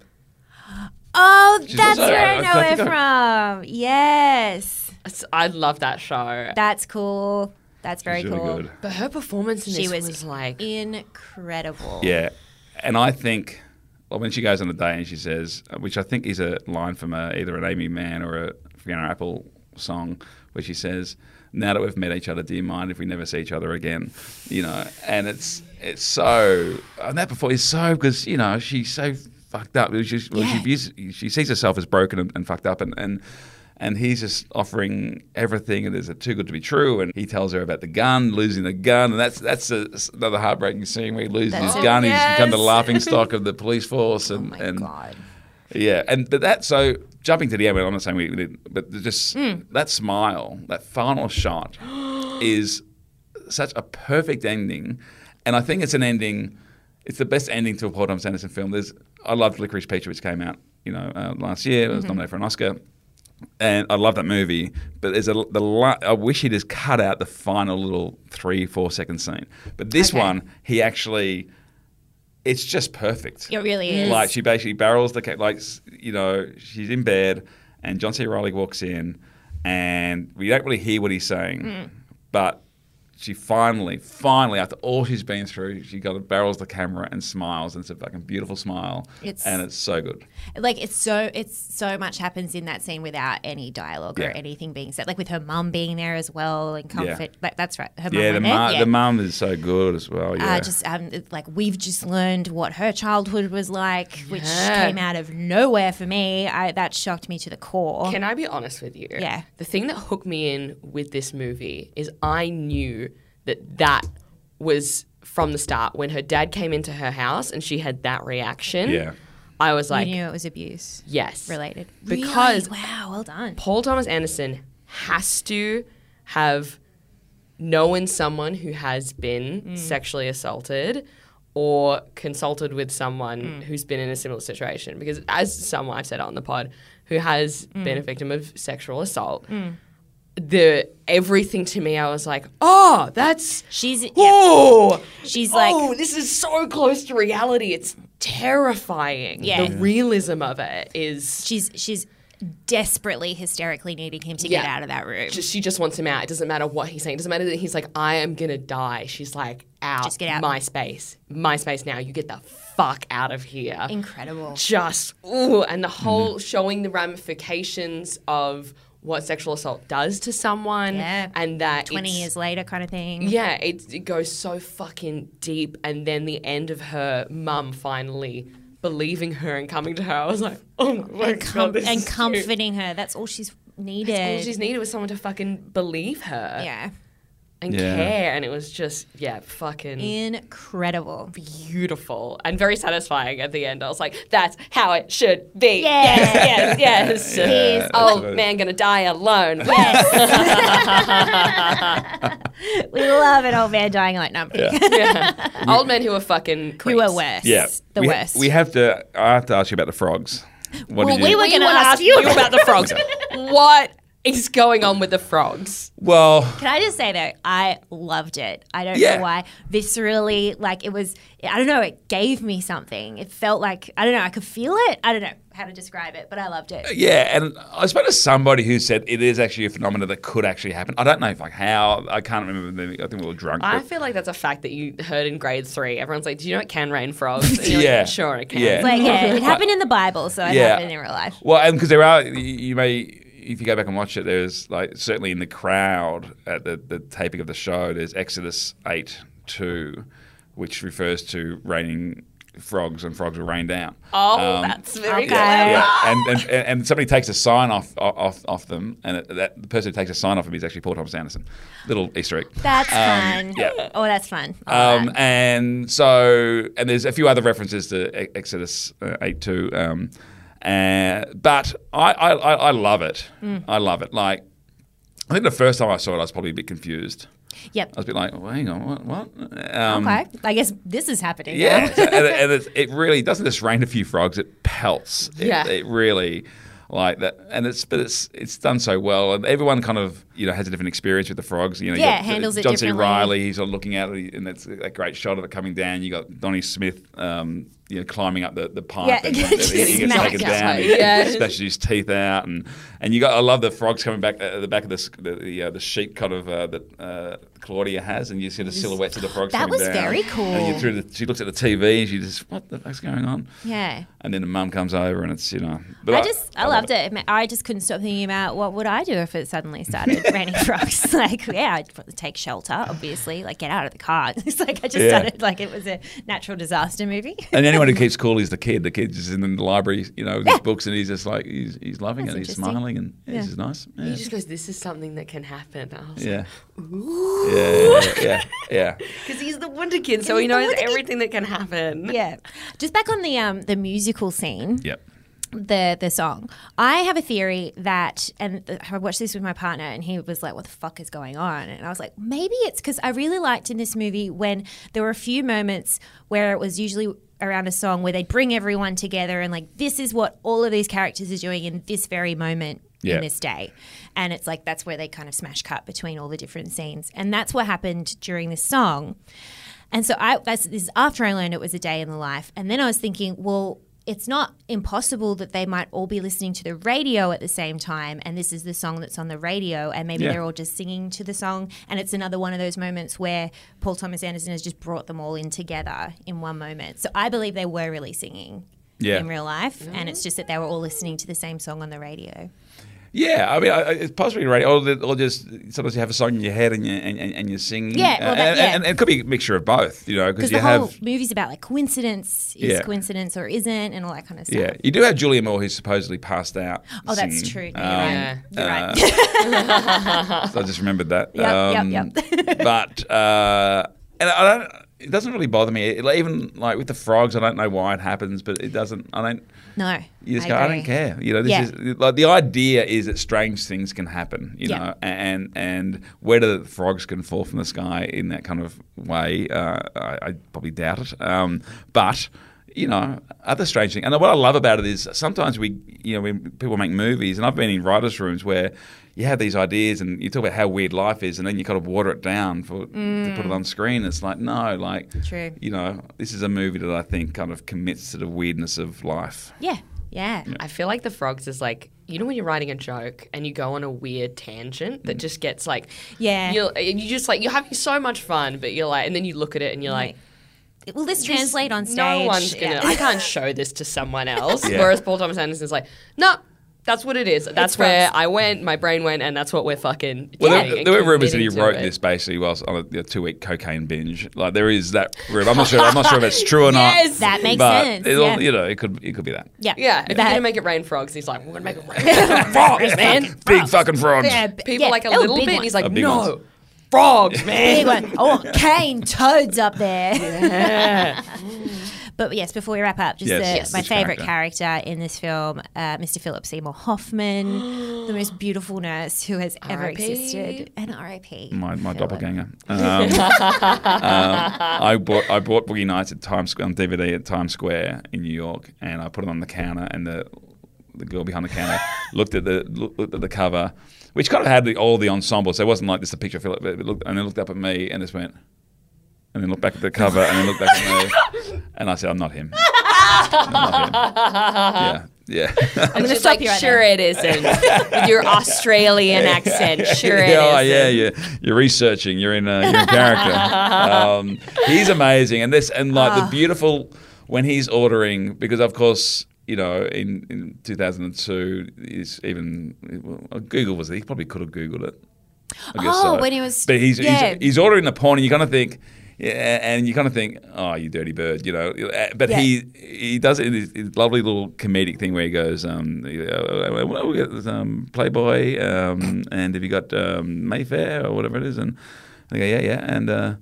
[SPEAKER 2] Oh,
[SPEAKER 3] She's
[SPEAKER 2] that's
[SPEAKER 3] also-
[SPEAKER 2] where I
[SPEAKER 3] I
[SPEAKER 2] know her
[SPEAKER 3] think
[SPEAKER 2] from. Yes,
[SPEAKER 3] It's- I love that show.
[SPEAKER 2] that's cool. That's very
[SPEAKER 8] really
[SPEAKER 2] cool.
[SPEAKER 8] good.
[SPEAKER 3] But her performance in
[SPEAKER 2] she
[SPEAKER 3] this
[SPEAKER 2] was,
[SPEAKER 3] was like
[SPEAKER 2] incredible.
[SPEAKER 8] Yeah, and I think well, when she goes on a day and she says, which I think is a line from a, either an Amy Mann or a Fiona Apple song, where she says, "Now that we've met each other, do you mind if we never see each other again?" You know, and it's it's so and that before is so because you know she's so fucked up. She, well, she views she sees herself as broken and, and fucked up, and and. And he's just offering everything, and is it too good to be true? And he tells her about the gun, losing the gun, and that's that's a, another heartbreaking scene where he loses
[SPEAKER 2] That's
[SPEAKER 8] his
[SPEAKER 2] it.
[SPEAKER 8] gun. He's become the
[SPEAKER 2] Yes. Oh
[SPEAKER 8] laughing stock of the police force, and and yeah, and but that so jumping to the end. well, I'm not saying we didn't, but just
[SPEAKER 2] Mm.
[SPEAKER 8] that smile, that final shot, is such a perfect ending, and I think it's an ending. It's the best ending to a Paul Thomas Anderson film. There's I loved Licorice Pizza, which came out you know uh, last year. It was
[SPEAKER 13] Mhm.
[SPEAKER 8] nominated for an Oscar. And I love that movie, but there's a the la- I wish he'd just cut out the final little three four second scene. But this one, he actually, it's just perfect.
[SPEAKER 2] It really is.
[SPEAKER 8] Like she basically barrels the ca- like s- you know she's in bed, and John C. Riley walks in, and we don't really hear what he's saying,
[SPEAKER 2] Hmm.
[SPEAKER 13] Mm.
[SPEAKER 8] but she finally, finally, after all she's been through, she got barrels the camera and smiles, and it's a fucking beautiful smile,
[SPEAKER 2] It's-
[SPEAKER 8] and it's so good.
[SPEAKER 2] Like it's so it's so much happens in that scene without any dialogue or
[SPEAKER 8] Yeah.
[SPEAKER 2] anything being said. Like with her mum being there as well and
[SPEAKER 8] Yeah.
[SPEAKER 2] comfort. That, that's right. Her
[SPEAKER 8] yeah,
[SPEAKER 2] mum wasn't it?
[SPEAKER 8] the mum,
[SPEAKER 2] Yeah.
[SPEAKER 8] the mum is so good as well. Yeah,
[SPEAKER 2] Uh, just um, it- like we've just learned what her childhood was like, which
[SPEAKER 3] Yeah.
[SPEAKER 2] came out of nowhere for me. I, that shocked me to the core.
[SPEAKER 3] Can I be honest with you?
[SPEAKER 2] Oh. Yeah.
[SPEAKER 3] The thing that hooked me in with this movie is I knew that that was from the start when her dad came into her house and she had that reaction.
[SPEAKER 2] Yeah.
[SPEAKER 3] I was like,
[SPEAKER 2] you knew it was abuse.
[SPEAKER 3] yes,
[SPEAKER 2] related
[SPEAKER 3] because
[SPEAKER 2] Really? wow, well done.
[SPEAKER 3] Paul Thomas Anderson has to have known someone who has been
[SPEAKER 2] Mm.
[SPEAKER 3] sexually assaulted or consulted with someone
[SPEAKER 2] Mm.
[SPEAKER 3] who's been in a similar situation. Because as someone I've said on the pod who has been a victim of sexual assault,
[SPEAKER 2] Mm.
[SPEAKER 3] the everything to me I was like, oh, that's
[SPEAKER 2] she's
[SPEAKER 3] oh
[SPEAKER 2] she's
[SPEAKER 3] like oh this is so close to reality. It's terrifying.
[SPEAKER 2] Yeah.
[SPEAKER 3] The
[SPEAKER 2] Yeah.
[SPEAKER 3] realism of it is
[SPEAKER 2] she's she's desperately hysterically needing him to get out of that room.
[SPEAKER 3] Just, she just wants him out. It doesn't matter what he's saying. It doesn't matter that he's like, I am gonna die. She's like, out.
[SPEAKER 2] Just get out.
[SPEAKER 3] My space. My space now. You get the fuck out of here.
[SPEAKER 2] Incredible.
[SPEAKER 3] Just ooh, and the whole showing the ramifications of what sexual assault does to someone.
[SPEAKER 2] Yeah.
[SPEAKER 3] And that
[SPEAKER 2] Twenty
[SPEAKER 3] it's-
[SPEAKER 2] years later, kind of thing.
[SPEAKER 3] Yeah, it, it goes so fucking deep. And then the end of her mum finally believing her and coming to her. I was like, oh my
[SPEAKER 2] and, com-
[SPEAKER 3] god, this
[SPEAKER 2] and
[SPEAKER 3] is
[SPEAKER 2] comforting her. That's all she's needed.
[SPEAKER 3] That's all she's needed was someone to fucking believe her.
[SPEAKER 2] Yeah.
[SPEAKER 3] And
[SPEAKER 2] Yeah.
[SPEAKER 3] care. And it was just, yeah, fucking
[SPEAKER 2] Incredible.
[SPEAKER 3] beautiful and very satisfying at the end. I was like, that's how it should be.
[SPEAKER 2] Yeah.
[SPEAKER 3] Yes, yes, yes.
[SPEAKER 2] Yeah,
[SPEAKER 3] He's
[SPEAKER 2] absolutely.
[SPEAKER 3] old man gonna die alone.
[SPEAKER 2] we love an old man dying like number.
[SPEAKER 8] Yeah.
[SPEAKER 3] Yeah. Old men who are fucking creeps.
[SPEAKER 2] were worse.
[SPEAKER 8] yeah,
[SPEAKER 2] The
[SPEAKER 8] we, ha-
[SPEAKER 2] worst.
[SPEAKER 8] we have to. I have to ask you about the frogs. What
[SPEAKER 2] Well,
[SPEAKER 8] did
[SPEAKER 2] we
[SPEAKER 8] you-
[SPEAKER 2] were
[SPEAKER 3] We
[SPEAKER 2] going to
[SPEAKER 3] wanna
[SPEAKER 2] ask you
[SPEAKER 3] about the frogs. what is going on with the frogs?
[SPEAKER 8] Well,
[SPEAKER 2] Can I just say though, I loved it. I don't
[SPEAKER 3] Yeah.
[SPEAKER 2] know why. Viscerally, like it was. I don't know. It gave me something. It felt like I don't know. I could feel it. I don't know how to describe it, but I loved it.
[SPEAKER 8] yeah, and I spoke to somebody who said it is actually a phenomenon that could actually happen. I don't know like how. I can't remember. the- I think we were drunk.
[SPEAKER 3] I
[SPEAKER 8] but-
[SPEAKER 3] feel like that's a fact that you heard in grade three. Everyone's like, "Do you know it can rain frogs?" And you're
[SPEAKER 8] Yeah.
[SPEAKER 3] like, sure it can.
[SPEAKER 8] Yeah.
[SPEAKER 2] It's like yeah, it happened in the Bible, so it
[SPEAKER 8] Yeah.
[SPEAKER 2] happened in real life.
[SPEAKER 8] Well, and because there are, you, you may, if you go back and watch it, there's like certainly in the crowd at the, the taping of the show, there's Exodus eight two, which refers to raining frogs and frogs were rained out.
[SPEAKER 3] Oh,
[SPEAKER 8] Um,
[SPEAKER 3] that's very Okay.
[SPEAKER 8] And, and and and somebody takes a sign off off off them, and it, that the person who takes a sign off him is actually Paul Thomas Anderson. Little Easter egg.
[SPEAKER 2] That's
[SPEAKER 8] Um,
[SPEAKER 2] fun.
[SPEAKER 8] Yeah.
[SPEAKER 2] Oh, that's fun.
[SPEAKER 8] Um, and so, and there's a few other references to E- Exodus uh, 8 2. Um, uh, but I, I, I I love it.
[SPEAKER 2] Mm.
[SPEAKER 8] I love it. Like, I think the first time I saw it, I was probably a bit confused.
[SPEAKER 2] Yep.
[SPEAKER 8] I was a bit like, oh, hang on, what? Um, what?
[SPEAKER 2] okay. I guess this is happening.
[SPEAKER 8] Yeah,
[SPEAKER 2] now.
[SPEAKER 8] so- and, it, and it, it really doesn't just rain a few frogs; it pelts. It,
[SPEAKER 2] Yeah.
[SPEAKER 8] it really like that, and it's but it's it's done so well, and everyone kind of you know has a different experience with the frogs. You know, you
[SPEAKER 2] Yeah,
[SPEAKER 8] got
[SPEAKER 2] handles it
[SPEAKER 8] John C.
[SPEAKER 2] differently.
[SPEAKER 8] Riley, he's sort of looking at it, and that's a great shot of it coming down. You got Donnie Smith, um, you know, climbing up the the pipe,
[SPEAKER 2] Yeah,
[SPEAKER 8] and,
[SPEAKER 2] it
[SPEAKER 8] and
[SPEAKER 2] just
[SPEAKER 8] he gets
[SPEAKER 2] smacks
[SPEAKER 8] taken
[SPEAKER 2] out.
[SPEAKER 8] down. He
[SPEAKER 2] Yeah.
[SPEAKER 8] smashes his teeth out, and and you got I love the frogs coming back at the back of this the the, uh, the sheet kind of uh, that uh, Claudia has, and you see the silhouettes of the frogs.
[SPEAKER 2] That
[SPEAKER 8] coming
[SPEAKER 2] was
[SPEAKER 8] down.
[SPEAKER 2] very
[SPEAKER 8] And you
[SPEAKER 2] cool.
[SPEAKER 8] through the, she looks at the TV and she just, what the fuck's going on?
[SPEAKER 2] Oh. Yeah.
[SPEAKER 8] And then the mum comes over and it's, you know. but
[SPEAKER 2] I just, I, loved it. Ma- I just couldn't stop thinking about what would I do if it suddenly started raining frogs. Like, yeah, I'd put- take shelter, obviously. Like, get out of the car. It's like I just
[SPEAKER 8] Yeah.
[SPEAKER 2] started like it was a natural disaster movie.
[SPEAKER 8] And anyone who keeps cool is the kid. The kid's just in the library, you know, with his books and he's just like, he's, he's loving
[SPEAKER 3] That's
[SPEAKER 8] it. He's
[SPEAKER 3] interesting.
[SPEAKER 8] smiling and yeah. this is nice.
[SPEAKER 3] He
[SPEAKER 8] Yeah.
[SPEAKER 3] just goes, "This is something that can happen." I was
[SPEAKER 8] Yeah.
[SPEAKER 3] like,
[SPEAKER 8] Yeah,
[SPEAKER 3] "Ooh,"
[SPEAKER 8] yeah, yeah, yeah.
[SPEAKER 3] because he's the Wonder Kid, so he
[SPEAKER 2] He's the
[SPEAKER 3] knows
[SPEAKER 2] Wonder Kid.
[SPEAKER 3] everything that can happen.
[SPEAKER 2] yeah. Just back on the um the musical scene.
[SPEAKER 8] Yep.
[SPEAKER 2] the the song. I have a theory that, and I watched this with my partner, and he was like, "What the fuck is going on?" And I was like, "Maybe it's because I really liked in this movie when there were a few moments where it was usually." Around a song where they'd bring everyone together and, like, this is what all of these characters are doing in this very moment
[SPEAKER 6] Yeah.
[SPEAKER 2] in this day. And it's like that's where they kind of smash cut between all the different scenes. And that's what happened during this song. And so I that's this is after I learned it was a day in the life. And then I was thinking, well, it's not impossible that they might all be listening to the radio at the same time and this is the song that's on the radio and maybe
[SPEAKER 6] Yeah.
[SPEAKER 2] they're all just singing to the song and it's another one of those moments where Paul Thomas Anderson has just brought them all in together in one moment. So I believe they were really singing
[SPEAKER 8] Yeah.
[SPEAKER 2] in real life and it's just that they were all listening to the same song on the radio.
[SPEAKER 8] Yeah, I mean, I- I- it's possibly right. Or, the, or just sometimes you have a song in your head and you, and, and, and you sing.
[SPEAKER 2] Yeah, well, that-
[SPEAKER 8] and,
[SPEAKER 2] yeah.
[SPEAKER 8] And, and it could be a mixture of both, you know,
[SPEAKER 2] Because
[SPEAKER 8] because you
[SPEAKER 2] the whole
[SPEAKER 8] have.
[SPEAKER 2] movie's about like coincidence is
[SPEAKER 8] Yeah.
[SPEAKER 2] coincidence or isn't and all that kind of stuff.
[SPEAKER 8] Yeah, you do have Julia Moore who's supposedly passed out.
[SPEAKER 2] Oh, that's true.
[SPEAKER 8] singing. Um,
[SPEAKER 2] You're right. You're
[SPEAKER 8] uh,
[SPEAKER 2] right.
[SPEAKER 8] So I just remembered that.
[SPEAKER 2] Yep, yep,
[SPEAKER 8] yep. but uh, and I don't. It doesn't really bother me. It- like, even like with the frogs, I don't know why it happens, but it doesn't. I don't.
[SPEAKER 2] No,
[SPEAKER 8] You just
[SPEAKER 2] I
[SPEAKER 8] go. I
[SPEAKER 2] agree.
[SPEAKER 8] don't care. You know. This
[SPEAKER 2] Yeah.
[SPEAKER 8] is like the idea is that strange things can happen. You
[SPEAKER 2] Yeah.
[SPEAKER 8] know, and and whether the frogs can fall from the sky in that kind of way, uh, I, I probably doubt it. Um, but you know, other strange things. And what I love about it is sometimes we, you know, when people make movies, and I've been in writers' rooms where you have these ideas and you talk about how weird life is, and then you kind of water it down for to
[SPEAKER 2] Mm.
[SPEAKER 8] put it on screen. It's like no, like
[SPEAKER 2] True.
[SPEAKER 8] You know, this is a movie that I think kind of commits to the weirdness of life.
[SPEAKER 2] Yeah. Yeah.
[SPEAKER 3] I feel like the frogs is like you know when you're writing a joke and you go on a weird tangent that just gets like
[SPEAKER 2] Yeah.
[SPEAKER 3] you're, you just like you're having so much fun but you're like and then you look at it and you're like
[SPEAKER 2] Will this translate on stage?
[SPEAKER 3] no one's gonna
[SPEAKER 2] Yeah.
[SPEAKER 3] I can't show this to someone else
[SPEAKER 2] Yeah.
[SPEAKER 3] whereas Paul Thomas Anderson's like no that's what it is that's
[SPEAKER 2] It's
[SPEAKER 3] where
[SPEAKER 2] frogs.
[SPEAKER 3] I went my brain went and that's what we're fucking
[SPEAKER 8] Well,
[SPEAKER 3] doing
[SPEAKER 8] there,
[SPEAKER 3] and
[SPEAKER 8] there were rumors that he
[SPEAKER 3] committing to
[SPEAKER 8] wrote
[SPEAKER 3] it.
[SPEAKER 8] this basically whilst on a, two week cocaine binge. Like there is that rumor. I'm not sure. I'm not sure if it's true or not.
[SPEAKER 3] Yes! That makes
[SPEAKER 8] but
[SPEAKER 3] sense,
[SPEAKER 8] it'll-
[SPEAKER 3] yeah.
[SPEAKER 8] You know, it could it could be that.
[SPEAKER 2] Yeah.
[SPEAKER 3] Yeah. If
[SPEAKER 2] That-
[SPEAKER 3] you're gonna make it rain frogs, he's like, We're gonna make it rain frogs, man.
[SPEAKER 8] Big fucking frogs.
[SPEAKER 3] Yeah, oh,
[SPEAKER 2] b-
[SPEAKER 3] people
[SPEAKER 2] yeah,
[SPEAKER 3] like a
[SPEAKER 2] they were
[SPEAKER 3] little
[SPEAKER 2] big
[SPEAKER 3] bit and
[SPEAKER 2] ones.
[SPEAKER 3] he's like,
[SPEAKER 8] Uh, big
[SPEAKER 3] No.
[SPEAKER 8] ones.
[SPEAKER 3] Frogs, man.
[SPEAKER 2] Big one. Oh, I want cane toads up there.
[SPEAKER 3] Yeah.
[SPEAKER 2] but yes, before we wrap up, just
[SPEAKER 6] Yes.
[SPEAKER 2] the,
[SPEAKER 6] Yes.
[SPEAKER 2] my
[SPEAKER 6] Which
[SPEAKER 2] favourite
[SPEAKER 6] character?
[SPEAKER 2] character. in this film, uh, Mr. Philip Seymour Hoffman, the most beautiful nurse who has ever
[SPEAKER 6] R.I.P..
[SPEAKER 2] existed. And RIP.
[SPEAKER 8] My, my doppelganger. Um, um, I bought I bought Boogie Nights at Times Square on DVD at Times Square in New York, and I put it on the counter, and the the girl behind the counter looked at the looked at the cover, which kind of had the, all the ensemble. So it wasn't like just a picture of Philip, but it looked, and then looked up at me and just went, and then looked back at the cover, and then looked back at me, and I said, "I'm not him." Yeah, yeah.
[SPEAKER 3] I'm
[SPEAKER 2] gonna
[SPEAKER 3] gonna
[SPEAKER 2] stop
[SPEAKER 3] stop like,
[SPEAKER 2] you right
[SPEAKER 3] Sure, it isn't. With your Australian accent, sure it is.
[SPEAKER 8] yeah, oh, yeah, yeah. You're researching. You're in, uh, you're in character. um, he's amazing, and this and like
[SPEAKER 13] Ah.
[SPEAKER 8] the beautiful when he's ordering because of course. You know, in, in 2002, is even well, Google was it? He probably could have Googled it. I guess
[SPEAKER 2] Oh,
[SPEAKER 8] so.
[SPEAKER 2] when he was-
[SPEAKER 8] But he's,
[SPEAKER 2] yeah.
[SPEAKER 8] he's he's ordering the porn, and you kind of think, yeah, and you kind of think, oh, you dirty bird, you know. Uh, But
[SPEAKER 2] Yeah.
[SPEAKER 8] he he does it in this this lovely little comedic thing where he goes, um, uh, well, we got this, um, Playboy, um, and have you got um, Mayfair or whatever it is? And I go, yeah, yeah, and uh,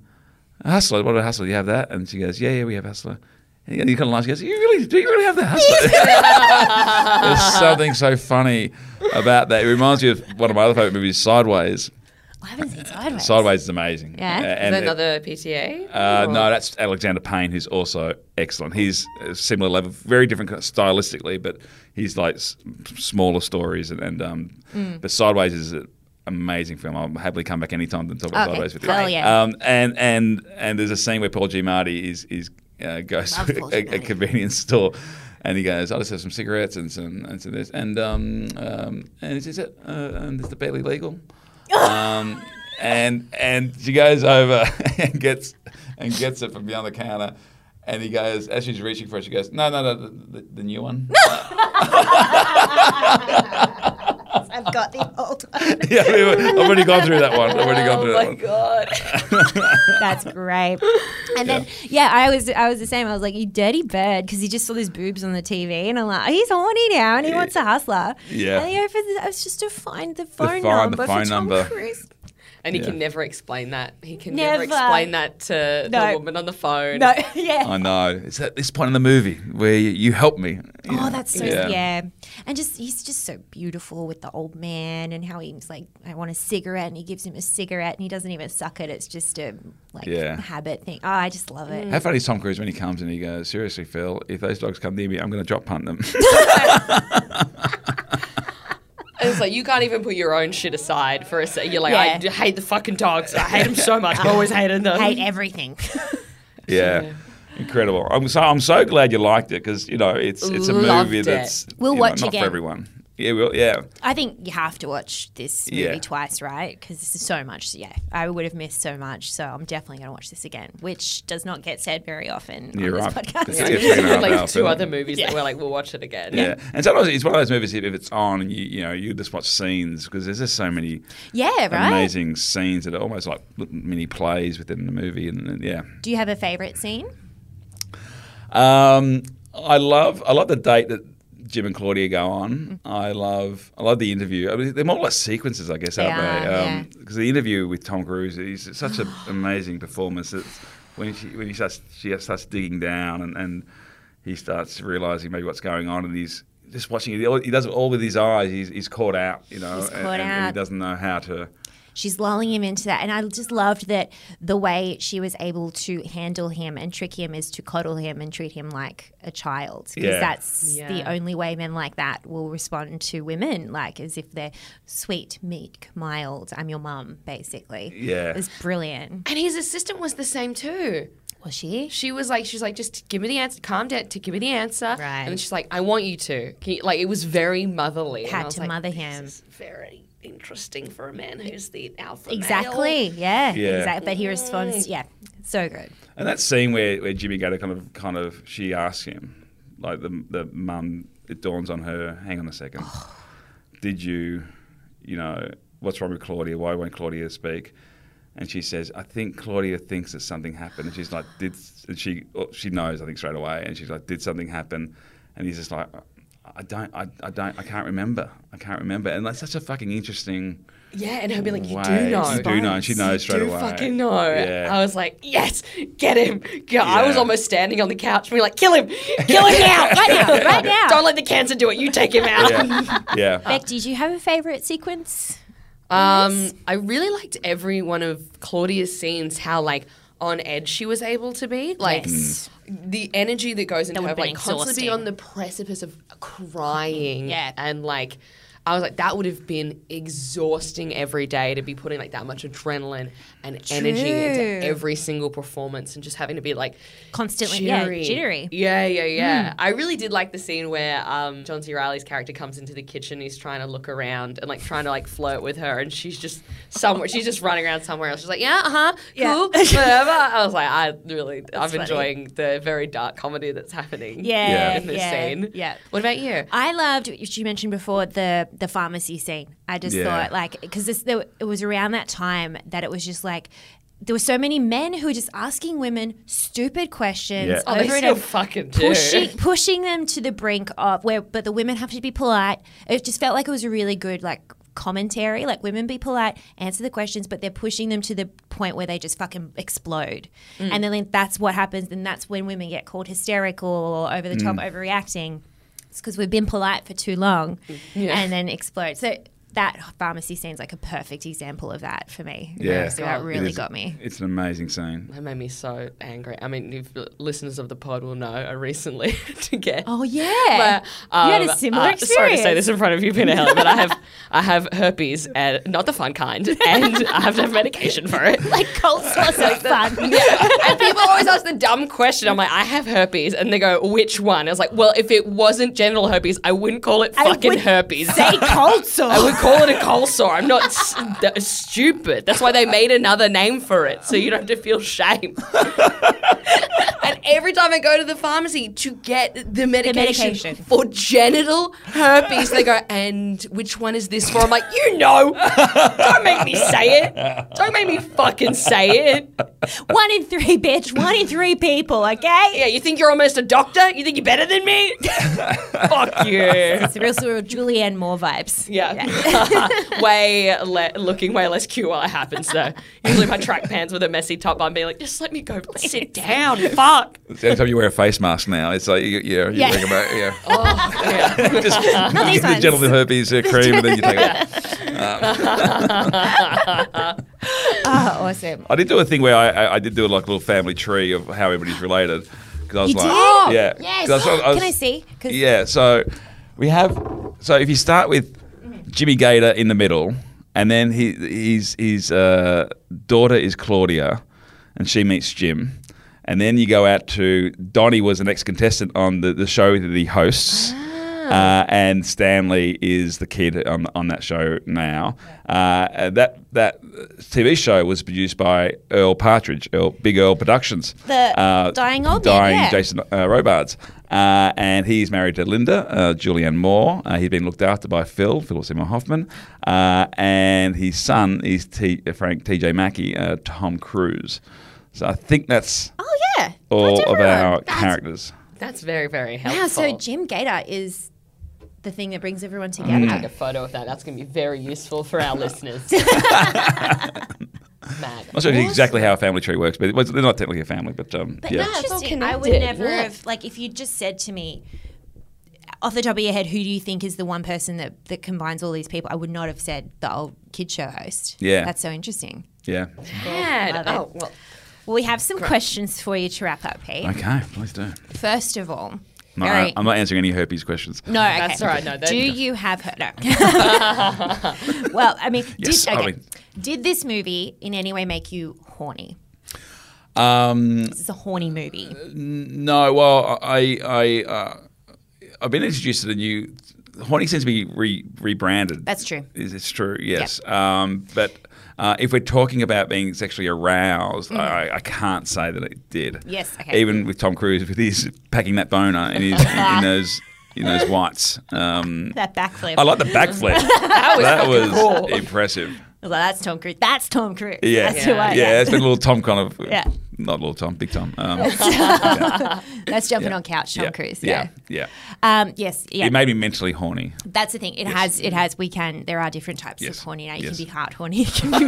[SPEAKER 8] Hustler, what about Hustler? Do you have that? And she goes, yeah, yeah, we have Hustler. And he kind of laughs. He goes, "You really? Do you really have that?" There's something so funny about that. It reminds me of one of my other favorite movies, Sideways.
[SPEAKER 2] I haven't seen Sideways.
[SPEAKER 8] Sideways is amazing.
[SPEAKER 3] Yeah.
[SPEAKER 8] Uh,
[SPEAKER 3] Is
[SPEAKER 8] and
[SPEAKER 3] that
[SPEAKER 8] it-
[SPEAKER 3] another PTA?
[SPEAKER 8] uh,
[SPEAKER 3] Or-
[SPEAKER 8] no, that's Alexander Payne, who's also excellent. He's a similar level, very different stylistically, but he's like s- smaller stories. And, and um,
[SPEAKER 13] Mm.
[SPEAKER 8] but Sideways is an amazing film. I'll happily come back anytime to talk about
[SPEAKER 13] Okay,
[SPEAKER 8] Sideways with you.
[SPEAKER 13] hell yeah.
[SPEAKER 8] Um, and and and there's a scene where Paul Giamatti is is uh, goes
[SPEAKER 13] Love
[SPEAKER 8] to
[SPEAKER 13] Paul
[SPEAKER 8] a, a convenience store. And he goes, I'll just have some cigarettes and some and some this. And um, um, and is it uh, and is the barely legal? um, and and she goes over and gets and gets it from beyond the counter. And he goes, as she's reaching for it, she goes, no, no, no, the, the, the new one.
[SPEAKER 4] I've got the old Oh
[SPEAKER 8] yeah, I mean, I've already gone through that one. I've already gone through that one.
[SPEAKER 2] god. That's great. And then yeah, I was I was the same. I was like, "You dirty bird," because he just saw these boobs on the TV, and I'm like, "He's horny now, and he wants a hustler."
[SPEAKER 8] Yeah.
[SPEAKER 2] And he opens. I was just to find the
[SPEAKER 8] The
[SPEAKER 2] phone
[SPEAKER 8] phone- the
[SPEAKER 2] number. for
[SPEAKER 8] phone
[SPEAKER 2] Tom
[SPEAKER 8] number.
[SPEAKER 2] Cruise.
[SPEAKER 3] And he
[SPEAKER 8] Yeah.
[SPEAKER 3] can never explain that. He can
[SPEAKER 2] Never.
[SPEAKER 3] never, explain that to
[SPEAKER 2] No.
[SPEAKER 3] the woman on the phone.
[SPEAKER 2] No, yeah.
[SPEAKER 8] I know. It's at this point in the movie where you, you help me.
[SPEAKER 2] Oh, that's so yeah. And just he's just so beautiful with the old man and how he's like, I want a cigarette, and he gives him a cigarette, and he doesn't even suck it. It's just a like
[SPEAKER 8] Yeah.
[SPEAKER 2] habit thing. Oh, I just love it.
[SPEAKER 8] How funny is Tom Cruise when he comes and he goes, seriously, Phil, if those dogs come near me, I'm going to drop punt them.
[SPEAKER 3] And it's like, you can't even put your own shit aside for a second. You're like,
[SPEAKER 2] Yeah.
[SPEAKER 3] I d- hate the fucking dogs. I hate them so much. I always hated them.
[SPEAKER 2] Hate everything.
[SPEAKER 8] yeah. Incredible. I'm so I'm so glad you liked it because you know it's it's a
[SPEAKER 2] Loved
[SPEAKER 8] movie
[SPEAKER 2] it.
[SPEAKER 8] that's
[SPEAKER 2] We'll
[SPEAKER 8] you know,
[SPEAKER 2] watch
[SPEAKER 8] not
[SPEAKER 2] again.
[SPEAKER 8] for everyone. Yeah, we'll, yeah.
[SPEAKER 2] I think you have to watch this movie
[SPEAKER 8] Yeah.
[SPEAKER 2] twice, right? Because this is so much. Yeah, I would have missed so much, so I'm definitely going to watch this again, which does not get said very often
[SPEAKER 8] You're
[SPEAKER 2] on
[SPEAKER 8] right.
[SPEAKER 2] this podcast.
[SPEAKER 8] It's- it's been around now,
[SPEAKER 3] like two
[SPEAKER 8] Phil.
[SPEAKER 3] other movies that
[SPEAKER 2] Yeah.
[SPEAKER 3] we're like, we'll watch it again.
[SPEAKER 8] Yeah. and sometimes it's one of those movies if if it's on and you you know you just watch scenes because there's just so many
[SPEAKER 2] Yeah, right?
[SPEAKER 8] amazing scenes that are almost like little mini plays within the movie and, and yeah
[SPEAKER 2] Do you have a favorite scene?
[SPEAKER 8] um, I love I love the date that Jim and Claudia go on
[SPEAKER 2] Mm-hmm.
[SPEAKER 8] I love I love the interview I mean, they're more like sequences I guess
[SPEAKER 2] They
[SPEAKER 8] aren't
[SPEAKER 2] are,
[SPEAKER 8] they
[SPEAKER 2] yeah.
[SPEAKER 8] because the interview with Tom Cruise is such an amazing performance it's when she when he starts she starts digging down and, and he starts realizing maybe what's going on and he's just watching it. He does it all with his eyes. He's, he's caught out, you know,
[SPEAKER 2] He's
[SPEAKER 8] and,
[SPEAKER 2] caught
[SPEAKER 8] and- and he
[SPEAKER 2] out.
[SPEAKER 8] doesn't know how to.
[SPEAKER 2] She's lulling him into that, and I just loved that the way she was able to handle him and trick him is to coddle him and treat him like a child, because
[SPEAKER 6] Yeah.
[SPEAKER 2] that's the
[SPEAKER 6] Yeah.
[SPEAKER 2] only way men like that will respond to women, like as if they're sweet, meek, mild. I'm your mum, basically.
[SPEAKER 3] Yeah.
[SPEAKER 2] it's brilliant.
[SPEAKER 3] And his assistant was the same too.
[SPEAKER 2] Was she?
[SPEAKER 3] She was like, she's like, just give me the answer. Calm down. To give me the answer. Right. And then she's like, I want you to. Can you, like, it was very motherly. and I
[SPEAKER 2] Had
[SPEAKER 3] was
[SPEAKER 2] to
[SPEAKER 3] like,
[SPEAKER 2] mother him.
[SPEAKER 3] Very interesting for a man who's the alpha.
[SPEAKER 2] Exactly. Yeah.
[SPEAKER 8] Yeah.
[SPEAKER 2] Exactly. But he responds, yeah, so good.
[SPEAKER 8] And that scene where, where Jimmy Gator kind of kind of she asks him, like the the mum, it dawns on her. Hang on a second. Did you, you know, what's wrong with Claudia? Why won't Claudia speak? And she says, I think Claudia thinks that something happened. And she's like, did and she oh, she knows I think straight away. And she's like, did something happen? And he's just like, I don't, I, I don't, I can't remember. I can't remember. And that's such a fucking interesting.
[SPEAKER 3] Yeah, and her be like, you
[SPEAKER 8] way.
[SPEAKER 3] do know.
[SPEAKER 8] You do know. And she knows straight
[SPEAKER 3] do
[SPEAKER 8] away.
[SPEAKER 3] fucking know.
[SPEAKER 8] Yeah.
[SPEAKER 3] I was like, yes, get him. Go. I was
[SPEAKER 8] Yeah.
[SPEAKER 3] almost standing on the couch being like, kill him. Kill him now. Right now. Right now. Don't let the cancer do it. You take him out.
[SPEAKER 8] Yeah. yeah.
[SPEAKER 2] Beck, did you have a favorite sequence?
[SPEAKER 3] Um, I really liked every one of Claudia's scenes. How like on edge she was able to be, like
[SPEAKER 2] Yes.
[SPEAKER 3] the energy that goes into
[SPEAKER 2] That
[SPEAKER 3] her,
[SPEAKER 2] would've been
[SPEAKER 3] like constantly
[SPEAKER 2] exhausting.
[SPEAKER 3] being on the precipice of crying, yeah, and like. I was like, that would have been exhausting every day to be putting like that much adrenaline and energy into
[SPEAKER 2] True.
[SPEAKER 3] every single performance and just having to be like
[SPEAKER 2] Constantly, yeah, jittery.
[SPEAKER 3] Yeah, yeah, yeah.
[SPEAKER 2] Mm.
[SPEAKER 3] I really did like the scene where um, John C. Riley's character comes into the kitchen. He's trying to look around and like trying to like flirt with her, and she's just somewhere. She's just running around somewhere else. She's like, yeah, uh huh,
[SPEAKER 2] Yeah.
[SPEAKER 3] cool, whatever. I was like, I really, I'm
[SPEAKER 2] funny.
[SPEAKER 3] enjoying the very dark comedy that's happening.
[SPEAKER 2] Yeah,
[SPEAKER 3] in this
[SPEAKER 2] yeah,
[SPEAKER 3] scene.
[SPEAKER 2] yeah.
[SPEAKER 3] What about you?
[SPEAKER 2] I loved what you mentioned before the the pharmacy scene. I just
[SPEAKER 3] Yeah.
[SPEAKER 2] thought like because it was around that time that it was just like. There were so many men who were just asking women stupid questions
[SPEAKER 3] Yeah. Oh, they
[SPEAKER 2] over and
[SPEAKER 3] still
[SPEAKER 2] over,
[SPEAKER 3] fucking do.
[SPEAKER 2] pushing pushing them to the brink of where. But the women have to be polite. It just felt like it was a really good like
[SPEAKER 6] commentary. Like women be polite, answer the questions, but they're pushing them to the point where they just fucking explode.
[SPEAKER 14] Mm.
[SPEAKER 6] And then like, that's what happens. And that's when women get called hysterical or over the top,
[SPEAKER 14] Mm.
[SPEAKER 6] overreacting. It's because we've been polite for too long
[SPEAKER 14] Yeah.
[SPEAKER 6] and then explode. So that pharmacy scene's like a perfect example of that for me.
[SPEAKER 8] Yeah,
[SPEAKER 6] So that
[SPEAKER 8] It
[SPEAKER 6] really
[SPEAKER 8] is-
[SPEAKER 6] got me.
[SPEAKER 8] It's an amazing scene.
[SPEAKER 3] That made me so angry. I mean, if listeners of the pod will know, I recently to get.
[SPEAKER 6] Oh yeah, you had a similar
[SPEAKER 3] uh,
[SPEAKER 6] experience.
[SPEAKER 3] Sorry to say this in front of you, Pina Helen, but I have I have herpes, and not the fun kind, and I have to have medication for it.
[SPEAKER 6] like cold sauce of fun.
[SPEAKER 3] and people always ask the dumb question. I'm like, I have herpes, and they go, which one? I was like, well, if it wasn't genital herpes, I wouldn't call it
[SPEAKER 6] I
[SPEAKER 3] fucking
[SPEAKER 6] would
[SPEAKER 3] herpes.
[SPEAKER 6] say cold sore.
[SPEAKER 3] I would call it a cold sore. I'm not s- that- stupid. That's why they made another name for it, so you don't have to feel shame. and every time I go to the pharmacy to get the medication,
[SPEAKER 6] medication.
[SPEAKER 3] for genital herpes, they go, and which one is this for? I'm like, you know, don't make me say it. Don't make me fucking say it.
[SPEAKER 6] One in three, bitch. One in three people, okay?
[SPEAKER 3] Yeah, you think you're almost a doctor? You think you're better than me? Fuck you.
[SPEAKER 6] It's real sort of Julianne Moore vibes.
[SPEAKER 3] Yeah. way le- looking way less cute while it happens though. Usually my track pants with a messy top on being like, just let me go sit down. Fuck.
[SPEAKER 8] It's the only time you wear a face mask now, it's like, you, yeah, you
[SPEAKER 3] Yeah.
[SPEAKER 8] think about, yeah.
[SPEAKER 3] Oh, yeah.
[SPEAKER 8] Just
[SPEAKER 3] Not
[SPEAKER 8] you
[SPEAKER 3] these
[SPEAKER 8] get the
[SPEAKER 3] ones.
[SPEAKER 8] gentleman herpes uh, cream, and then you take it. Um,
[SPEAKER 6] Oh, awesome.
[SPEAKER 8] I did do a thing where I, I, I did do like a little family tree of how everybody's related. Because I was
[SPEAKER 6] You
[SPEAKER 8] like,
[SPEAKER 6] did?
[SPEAKER 8] yeah.
[SPEAKER 6] Yes.
[SPEAKER 8] 'Cause I was- I was-
[SPEAKER 6] Can I see? 'Cause-
[SPEAKER 8] Yeah. So we have. So if you start with Jimmy Gator in the middle, and then he, he's, his uh, daughter is Claudia, and she meets Jim. And then you go out to Donnie was an ex contestant on the, the show that he hosts. Uh, and Stanley is the kid on, on that show now. Uh, and that that TV show was produced by Earl Partridge, Earl, Big Earl Productions. Uh,
[SPEAKER 6] The dying old man,
[SPEAKER 8] dying
[SPEAKER 6] yeah.
[SPEAKER 8] Jason uh, Robards, uh, and he's married to Linda uh, Julianne Moore. Uh, he's been looked after by Phil Phil Seymour Hoffman, uh, and his son is T- uh, Frank T.J. Mackey, uh, Tom Cruise. So I think that's
[SPEAKER 6] Oh yeah.
[SPEAKER 8] all
[SPEAKER 6] Watch
[SPEAKER 8] of
[SPEAKER 6] everyone.
[SPEAKER 8] our
[SPEAKER 6] That's-
[SPEAKER 8] characters.
[SPEAKER 3] That's very, very helpful.
[SPEAKER 6] Wow, Ah, so Jim Gator is the thing that brings everyone together.
[SPEAKER 3] Take a photo of that. That's going to be very useful for our listeners. Mad.
[SPEAKER 8] I'm not sure exactly how a family tree works, but it was, they're not technically a family. But, um,
[SPEAKER 6] But
[SPEAKER 8] yeah.
[SPEAKER 6] no, it's interesting. I would
[SPEAKER 3] connected.
[SPEAKER 6] never
[SPEAKER 3] Yeah.
[SPEAKER 6] have like if you just said to me off the top of your head, who do you think is the one person that, that combines all these people? I would not have said the old kid show host.
[SPEAKER 8] Yeah.
[SPEAKER 6] That's so interesting.
[SPEAKER 8] Yeah.
[SPEAKER 3] Mad.
[SPEAKER 6] Love it.
[SPEAKER 3] Oh, well.
[SPEAKER 6] Well, we have some questions for you to wrap up, Pete.
[SPEAKER 8] Okay, please do.
[SPEAKER 6] First of all,
[SPEAKER 8] No,
[SPEAKER 6] all right.
[SPEAKER 8] I, am not answering any herpes questions.
[SPEAKER 6] No, okay.
[SPEAKER 3] That's all right, no, that-
[SPEAKER 6] do you have her? No. well, I mean,
[SPEAKER 8] Yes,
[SPEAKER 6] did,
[SPEAKER 8] I
[SPEAKER 6] okay.
[SPEAKER 8] mean-
[SPEAKER 6] did this movie in any way make you horny?
[SPEAKER 8] Um,
[SPEAKER 6] This is a horny movie.
[SPEAKER 8] no, well, I, I, uh, I've been introduced to the new. Horny seems to be re, rebranded.
[SPEAKER 6] That's true.
[SPEAKER 8] Is it's true? Yes. Um, but uh, if we're talking about being sexually aroused,
[SPEAKER 6] Mhm.
[SPEAKER 8] I, I can't say that it did.
[SPEAKER 6] Yes, okay.
[SPEAKER 8] Even with Tom Cruise, with his packing that boner in his in, in those in those whites. Um,
[SPEAKER 6] That backflip.
[SPEAKER 8] I like the backflip.
[SPEAKER 6] That was
[SPEAKER 8] that was
[SPEAKER 6] fucking cool.
[SPEAKER 8] impressive.
[SPEAKER 6] I was like, that's Tom Cruise. That's Tom Cruise.
[SPEAKER 8] Yeah,
[SPEAKER 6] That's who I
[SPEAKER 8] yeah,
[SPEAKER 6] am.
[SPEAKER 8] It's been a little Tom kind of,
[SPEAKER 6] Yeah.
[SPEAKER 8] not little Tom, big Tom. Um,
[SPEAKER 6] that's jumping
[SPEAKER 8] yeah.
[SPEAKER 6] on couch, Tom
[SPEAKER 8] Yeah,
[SPEAKER 6] Cruise.
[SPEAKER 8] Yeah,
[SPEAKER 6] Yeah.
[SPEAKER 8] yeah.
[SPEAKER 6] Um, yes. Yeah.
[SPEAKER 8] It made me mentally horny.
[SPEAKER 6] That's the thing. It has. It has. We can. There are different types
[SPEAKER 8] Yes.
[SPEAKER 6] of horny. Now you
[SPEAKER 8] Yes.
[SPEAKER 6] can be heart horny. You can be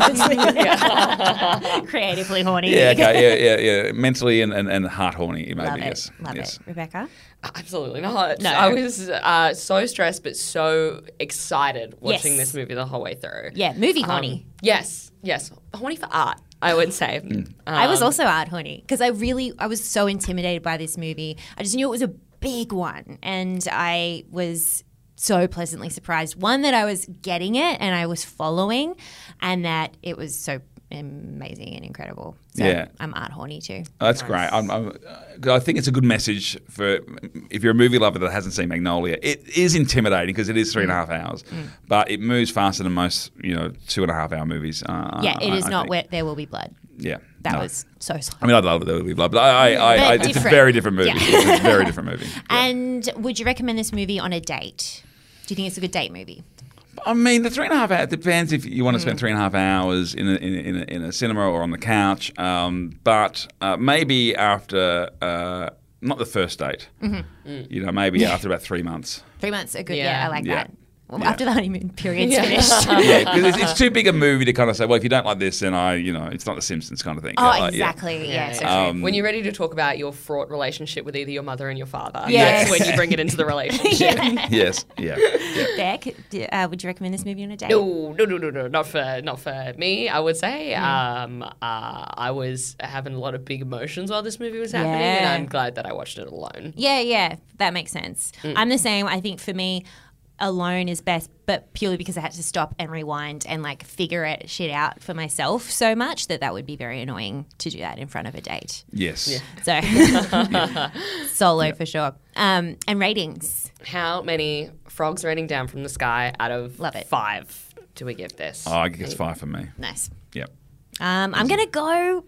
[SPEAKER 6] mentally- creatively horny.
[SPEAKER 8] Yeah, okay, yeah, yeah, yeah. Mentally and, and, and heart horny, it made
[SPEAKER 6] Love
[SPEAKER 8] me,
[SPEAKER 6] it.
[SPEAKER 8] yes.
[SPEAKER 6] Love
[SPEAKER 8] yes.
[SPEAKER 6] it, Rebecca.
[SPEAKER 3] Absolutely not.
[SPEAKER 6] No.
[SPEAKER 3] I was uh, so stressed but so excited watching
[SPEAKER 6] Yes.
[SPEAKER 3] this movie the whole way through.
[SPEAKER 6] Yeah, movie
[SPEAKER 3] Um,
[SPEAKER 6] horny.
[SPEAKER 3] yes, yes. Horny for art, I would say.
[SPEAKER 6] I was
[SPEAKER 3] Um,
[SPEAKER 6] also art horny because I really I was so intimidated by this movie. I just knew it was a big one, and I was so pleasantly surprised. One that I was getting it and I was following, and that it was so amazing and incredible. So
[SPEAKER 8] Yeah.
[SPEAKER 6] I'm art horny too.
[SPEAKER 8] Oh, That's great. I'm, I'm, uh, I think it's a good message for if you're a movie lover that hasn't seen Magnolia. It is intimidating because it is three and a half hours,
[SPEAKER 6] Mm.
[SPEAKER 8] but it moves faster than most, you know, two and a half hour movies. Uh,
[SPEAKER 6] yeah, it
[SPEAKER 8] I-
[SPEAKER 6] is
[SPEAKER 8] I
[SPEAKER 6] not
[SPEAKER 8] think.
[SPEAKER 6] where there will be blood.
[SPEAKER 8] Yeah,
[SPEAKER 6] That
[SPEAKER 8] no.
[SPEAKER 6] was so slow.
[SPEAKER 8] I mean, I love it. That would be love, but I, I, I, I
[SPEAKER 6] But
[SPEAKER 8] it's a
[SPEAKER 6] different.
[SPEAKER 8] very different movie.
[SPEAKER 6] Yeah.
[SPEAKER 8] It's a very different movie.
[SPEAKER 6] And would you recommend this movie on a date? Do you think it's a good date movie?
[SPEAKER 8] I mean, the three and a half hours depends if you want to spend three and a half hours in a, in a, in a, in a cinema or on the couch. Um, but uh, maybe after uh, not the first date,
[SPEAKER 6] Mhm. Mm.
[SPEAKER 8] you know, maybe after about three months.
[SPEAKER 6] Three months, a good
[SPEAKER 3] Yeah.
[SPEAKER 6] yeah. I like
[SPEAKER 8] Yeah.
[SPEAKER 6] that.
[SPEAKER 2] after the honeymoon period's
[SPEAKER 6] Yeah.
[SPEAKER 2] finished.
[SPEAKER 8] yeah, because it's, it's too big a movie to kind of say, well, if you don't like this, then I, you know, it's not The Simpsons kind of thing.
[SPEAKER 2] Oh,
[SPEAKER 8] Yeah, like, yeah.
[SPEAKER 2] exactly. Yeah,
[SPEAKER 3] So
[SPEAKER 8] Um,
[SPEAKER 3] true. when you're ready to talk about your fraught relationship with either your mother and your father,
[SPEAKER 2] Yes.
[SPEAKER 3] that's when you bring it into the relationship.
[SPEAKER 8] yes, yeah.
[SPEAKER 2] Beck, d- uh, would you recommend this movie on a date?
[SPEAKER 3] No, no, no, no, no, not for not for me. I would say
[SPEAKER 2] Mm.
[SPEAKER 3] um, uh, I was having a lot of big emotions while this movie was happening, and
[SPEAKER 2] Yeah.
[SPEAKER 3] I'm glad that I watched it alone.
[SPEAKER 2] Yeah, yeah, that makes sense.
[SPEAKER 3] Mm.
[SPEAKER 2] I'm the same. I think for me, alone is best, but purely because I had to stop and rewind and like figure it shit out for myself so much that that would be very annoying to do that in front of a date.
[SPEAKER 8] Yes.
[SPEAKER 2] So solo for sure. Um, and ratings.
[SPEAKER 3] How many frogs raining down from the sky out of five do we give this?
[SPEAKER 2] Uh,
[SPEAKER 8] Oh, I guess five for me.
[SPEAKER 2] Nice.
[SPEAKER 8] Yep.
[SPEAKER 2] Um, I'm gonna go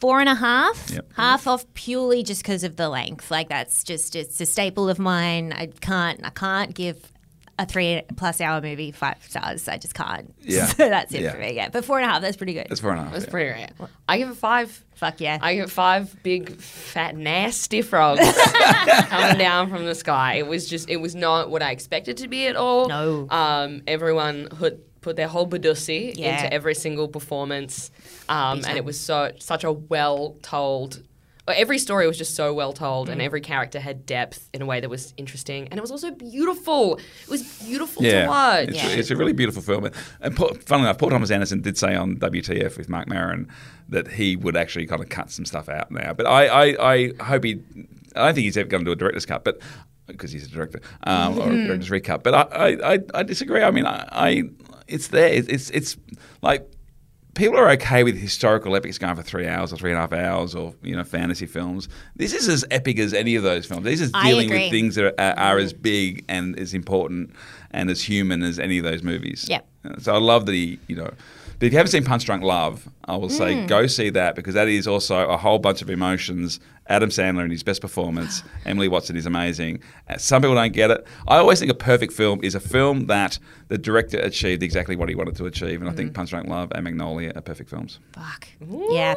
[SPEAKER 2] four and a half,
[SPEAKER 8] Yep.
[SPEAKER 2] half off purely just because of the length. Like that's just it's a staple of mine. I can't I can't give a three plus hour movie five stars. I just can't.
[SPEAKER 8] Yeah.
[SPEAKER 2] so that's it
[SPEAKER 8] Yeah.
[SPEAKER 2] for me. Yeah, but four and a half. That's pretty good.
[SPEAKER 8] That's four and a half,
[SPEAKER 3] That's pretty right. I give it five.
[SPEAKER 2] Fuck yeah.
[SPEAKER 3] I give it five big, fat, nasty frogs coming down from the sky. It was just, it was not what I expected to be at all. No. Um, everyone hood, put their whole badussy
[SPEAKER 2] Yeah.
[SPEAKER 3] into every single performance. Um,
[SPEAKER 2] Big
[SPEAKER 3] and
[SPEAKER 2] time.
[SPEAKER 3] it was so such a well told. Every story was just so well told, and
[SPEAKER 2] Mm.
[SPEAKER 3] every character had depth in a way that was interesting. And it was also beautiful. It was beautiful to
[SPEAKER 8] Yeah,
[SPEAKER 3] watch.
[SPEAKER 8] it's, it's a really beautiful film. And Paul, funnily enough, Paul Thomas Anderson did say on WTF with Mark Maron that he would actually kind of cut some stuff out now. But I, I, I hope he. I don't think he's ever going to do a director's cut, but because he's a director um, or a
[SPEAKER 3] Mm-hmm.
[SPEAKER 13] Mhm.
[SPEAKER 8] director's recut. But I, I, I, I disagree. I mean, I, I it's there. It's, it's, it's like. People are okay with historical epics going for three hours or three and a half hours, or you know, fantasy films. This is as epic as any of those films. This is
[SPEAKER 2] I
[SPEAKER 8] dealing
[SPEAKER 2] agree.
[SPEAKER 8] with things that are, are
[SPEAKER 2] Mm.
[SPEAKER 8] as big and as important and as human as any of those movies.
[SPEAKER 2] Yep.
[SPEAKER 8] Uh, So I love the, you know, but if you haven't seen Punch Drunk Love, I will say
[SPEAKER 2] Mm.
[SPEAKER 8] go see that because that is also a whole bunch of emotions. Adam Sandler in his best performance, Emily Watson is amazing. Uh, Some people don't get it. I always think a perfect film is a film that the director achieved exactly what he wanted to achieve, and I
[SPEAKER 2] Mm.
[SPEAKER 8] think Punch Drunk Love and Magnolia are perfect films.
[SPEAKER 2] Yeah.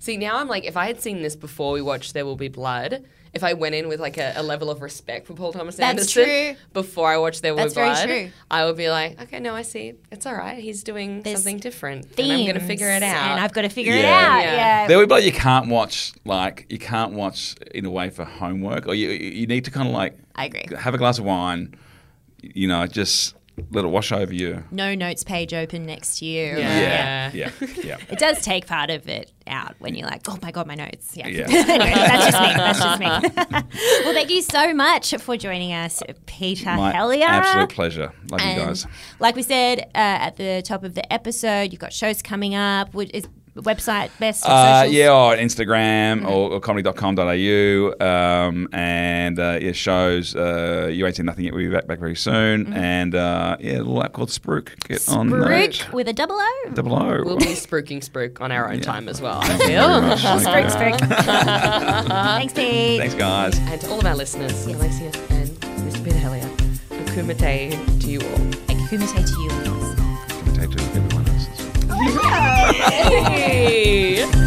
[SPEAKER 3] See, now I'm like, if I had seen this before we watched There Will Be Blood, if I went in with like a, a level of respect for Paul Thomas
[SPEAKER 2] That's
[SPEAKER 3] Anderson
[SPEAKER 2] true.
[SPEAKER 3] before I watched There Will
[SPEAKER 2] That's
[SPEAKER 3] Be
[SPEAKER 2] very
[SPEAKER 3] Blood,
[SPEAKER 2] true.
[SPEAKER 3] I would be like, okay, no, I see. It's all right. He's doing something different. and I'm going to
[SPEAKER 2] themes,
[SPEAKER 3] figure it out.
[SPEAKER 2] and I've gotta figure it out, yeah.
[SPEAKER 8] There will be blood you can't watch like you can't watch in a way for homework or you you need to kind of like
[SPEAKER 2] I agree.
[SPEAKER 8] Have a glass of wine, you know, just let it wash over you.
[SPEAKER 2] No notes page open next year.
[SPEAKER 8] Yeah. Yeah. yeah.
[SPEAKER 2] It does take part of it out when you're like, oh my god, my notes. Yeah.
[SPEAKER 8] Yeah.
[SPEAKER 2] Anyway, that's just me. That's just me. well, thank you so much for joining us, Peter
[SPEAKER 8] My
[SPEAKER 2] Hellier.
[SPEAKER 8] absolute pleasure. Love
[SPEAKER 2] And
[SPEAKER 8] you guys.
[SPEAKER 2] Like we said uh, at the top of the episode, you've got shows coming up. Would, is website best? or
[SPEAKER 8] Uh,
[SPEAKER 2] socials? Mm-hmm.
[SPEAKER 8] yeah, or Instagram or, or comedy.com.au. Um, and uh, yeah, shows. Uh, you ain't seen nothing yet. We'll be back, back very soon.
[SPEAKER 2] Mhm.
[SPEAKER 8] And uh, yeah, a little app called Spruik. Get on that.
[SPEAKER 2] Brooke with a double O.
[SPEAKER 8] Double O.
[SPEAKER 3] We'll be spruiking spruik on our own time as well.
[SPEAKER 8] Thank you very much. Thank
[SPEAKER 2] Spruik, Spruik. Thanks, Pete.
[SPEAKER 8] Thanks, guys.
[SPEAKER 3] And to all of our listeners, Alexia and Mr. Peter Hellier, akumite to you all.
[SPEAKER 2] Akumite to you all.
[SPEAKER 8] Take to everyone else.
[SPEAKER 3] Hey!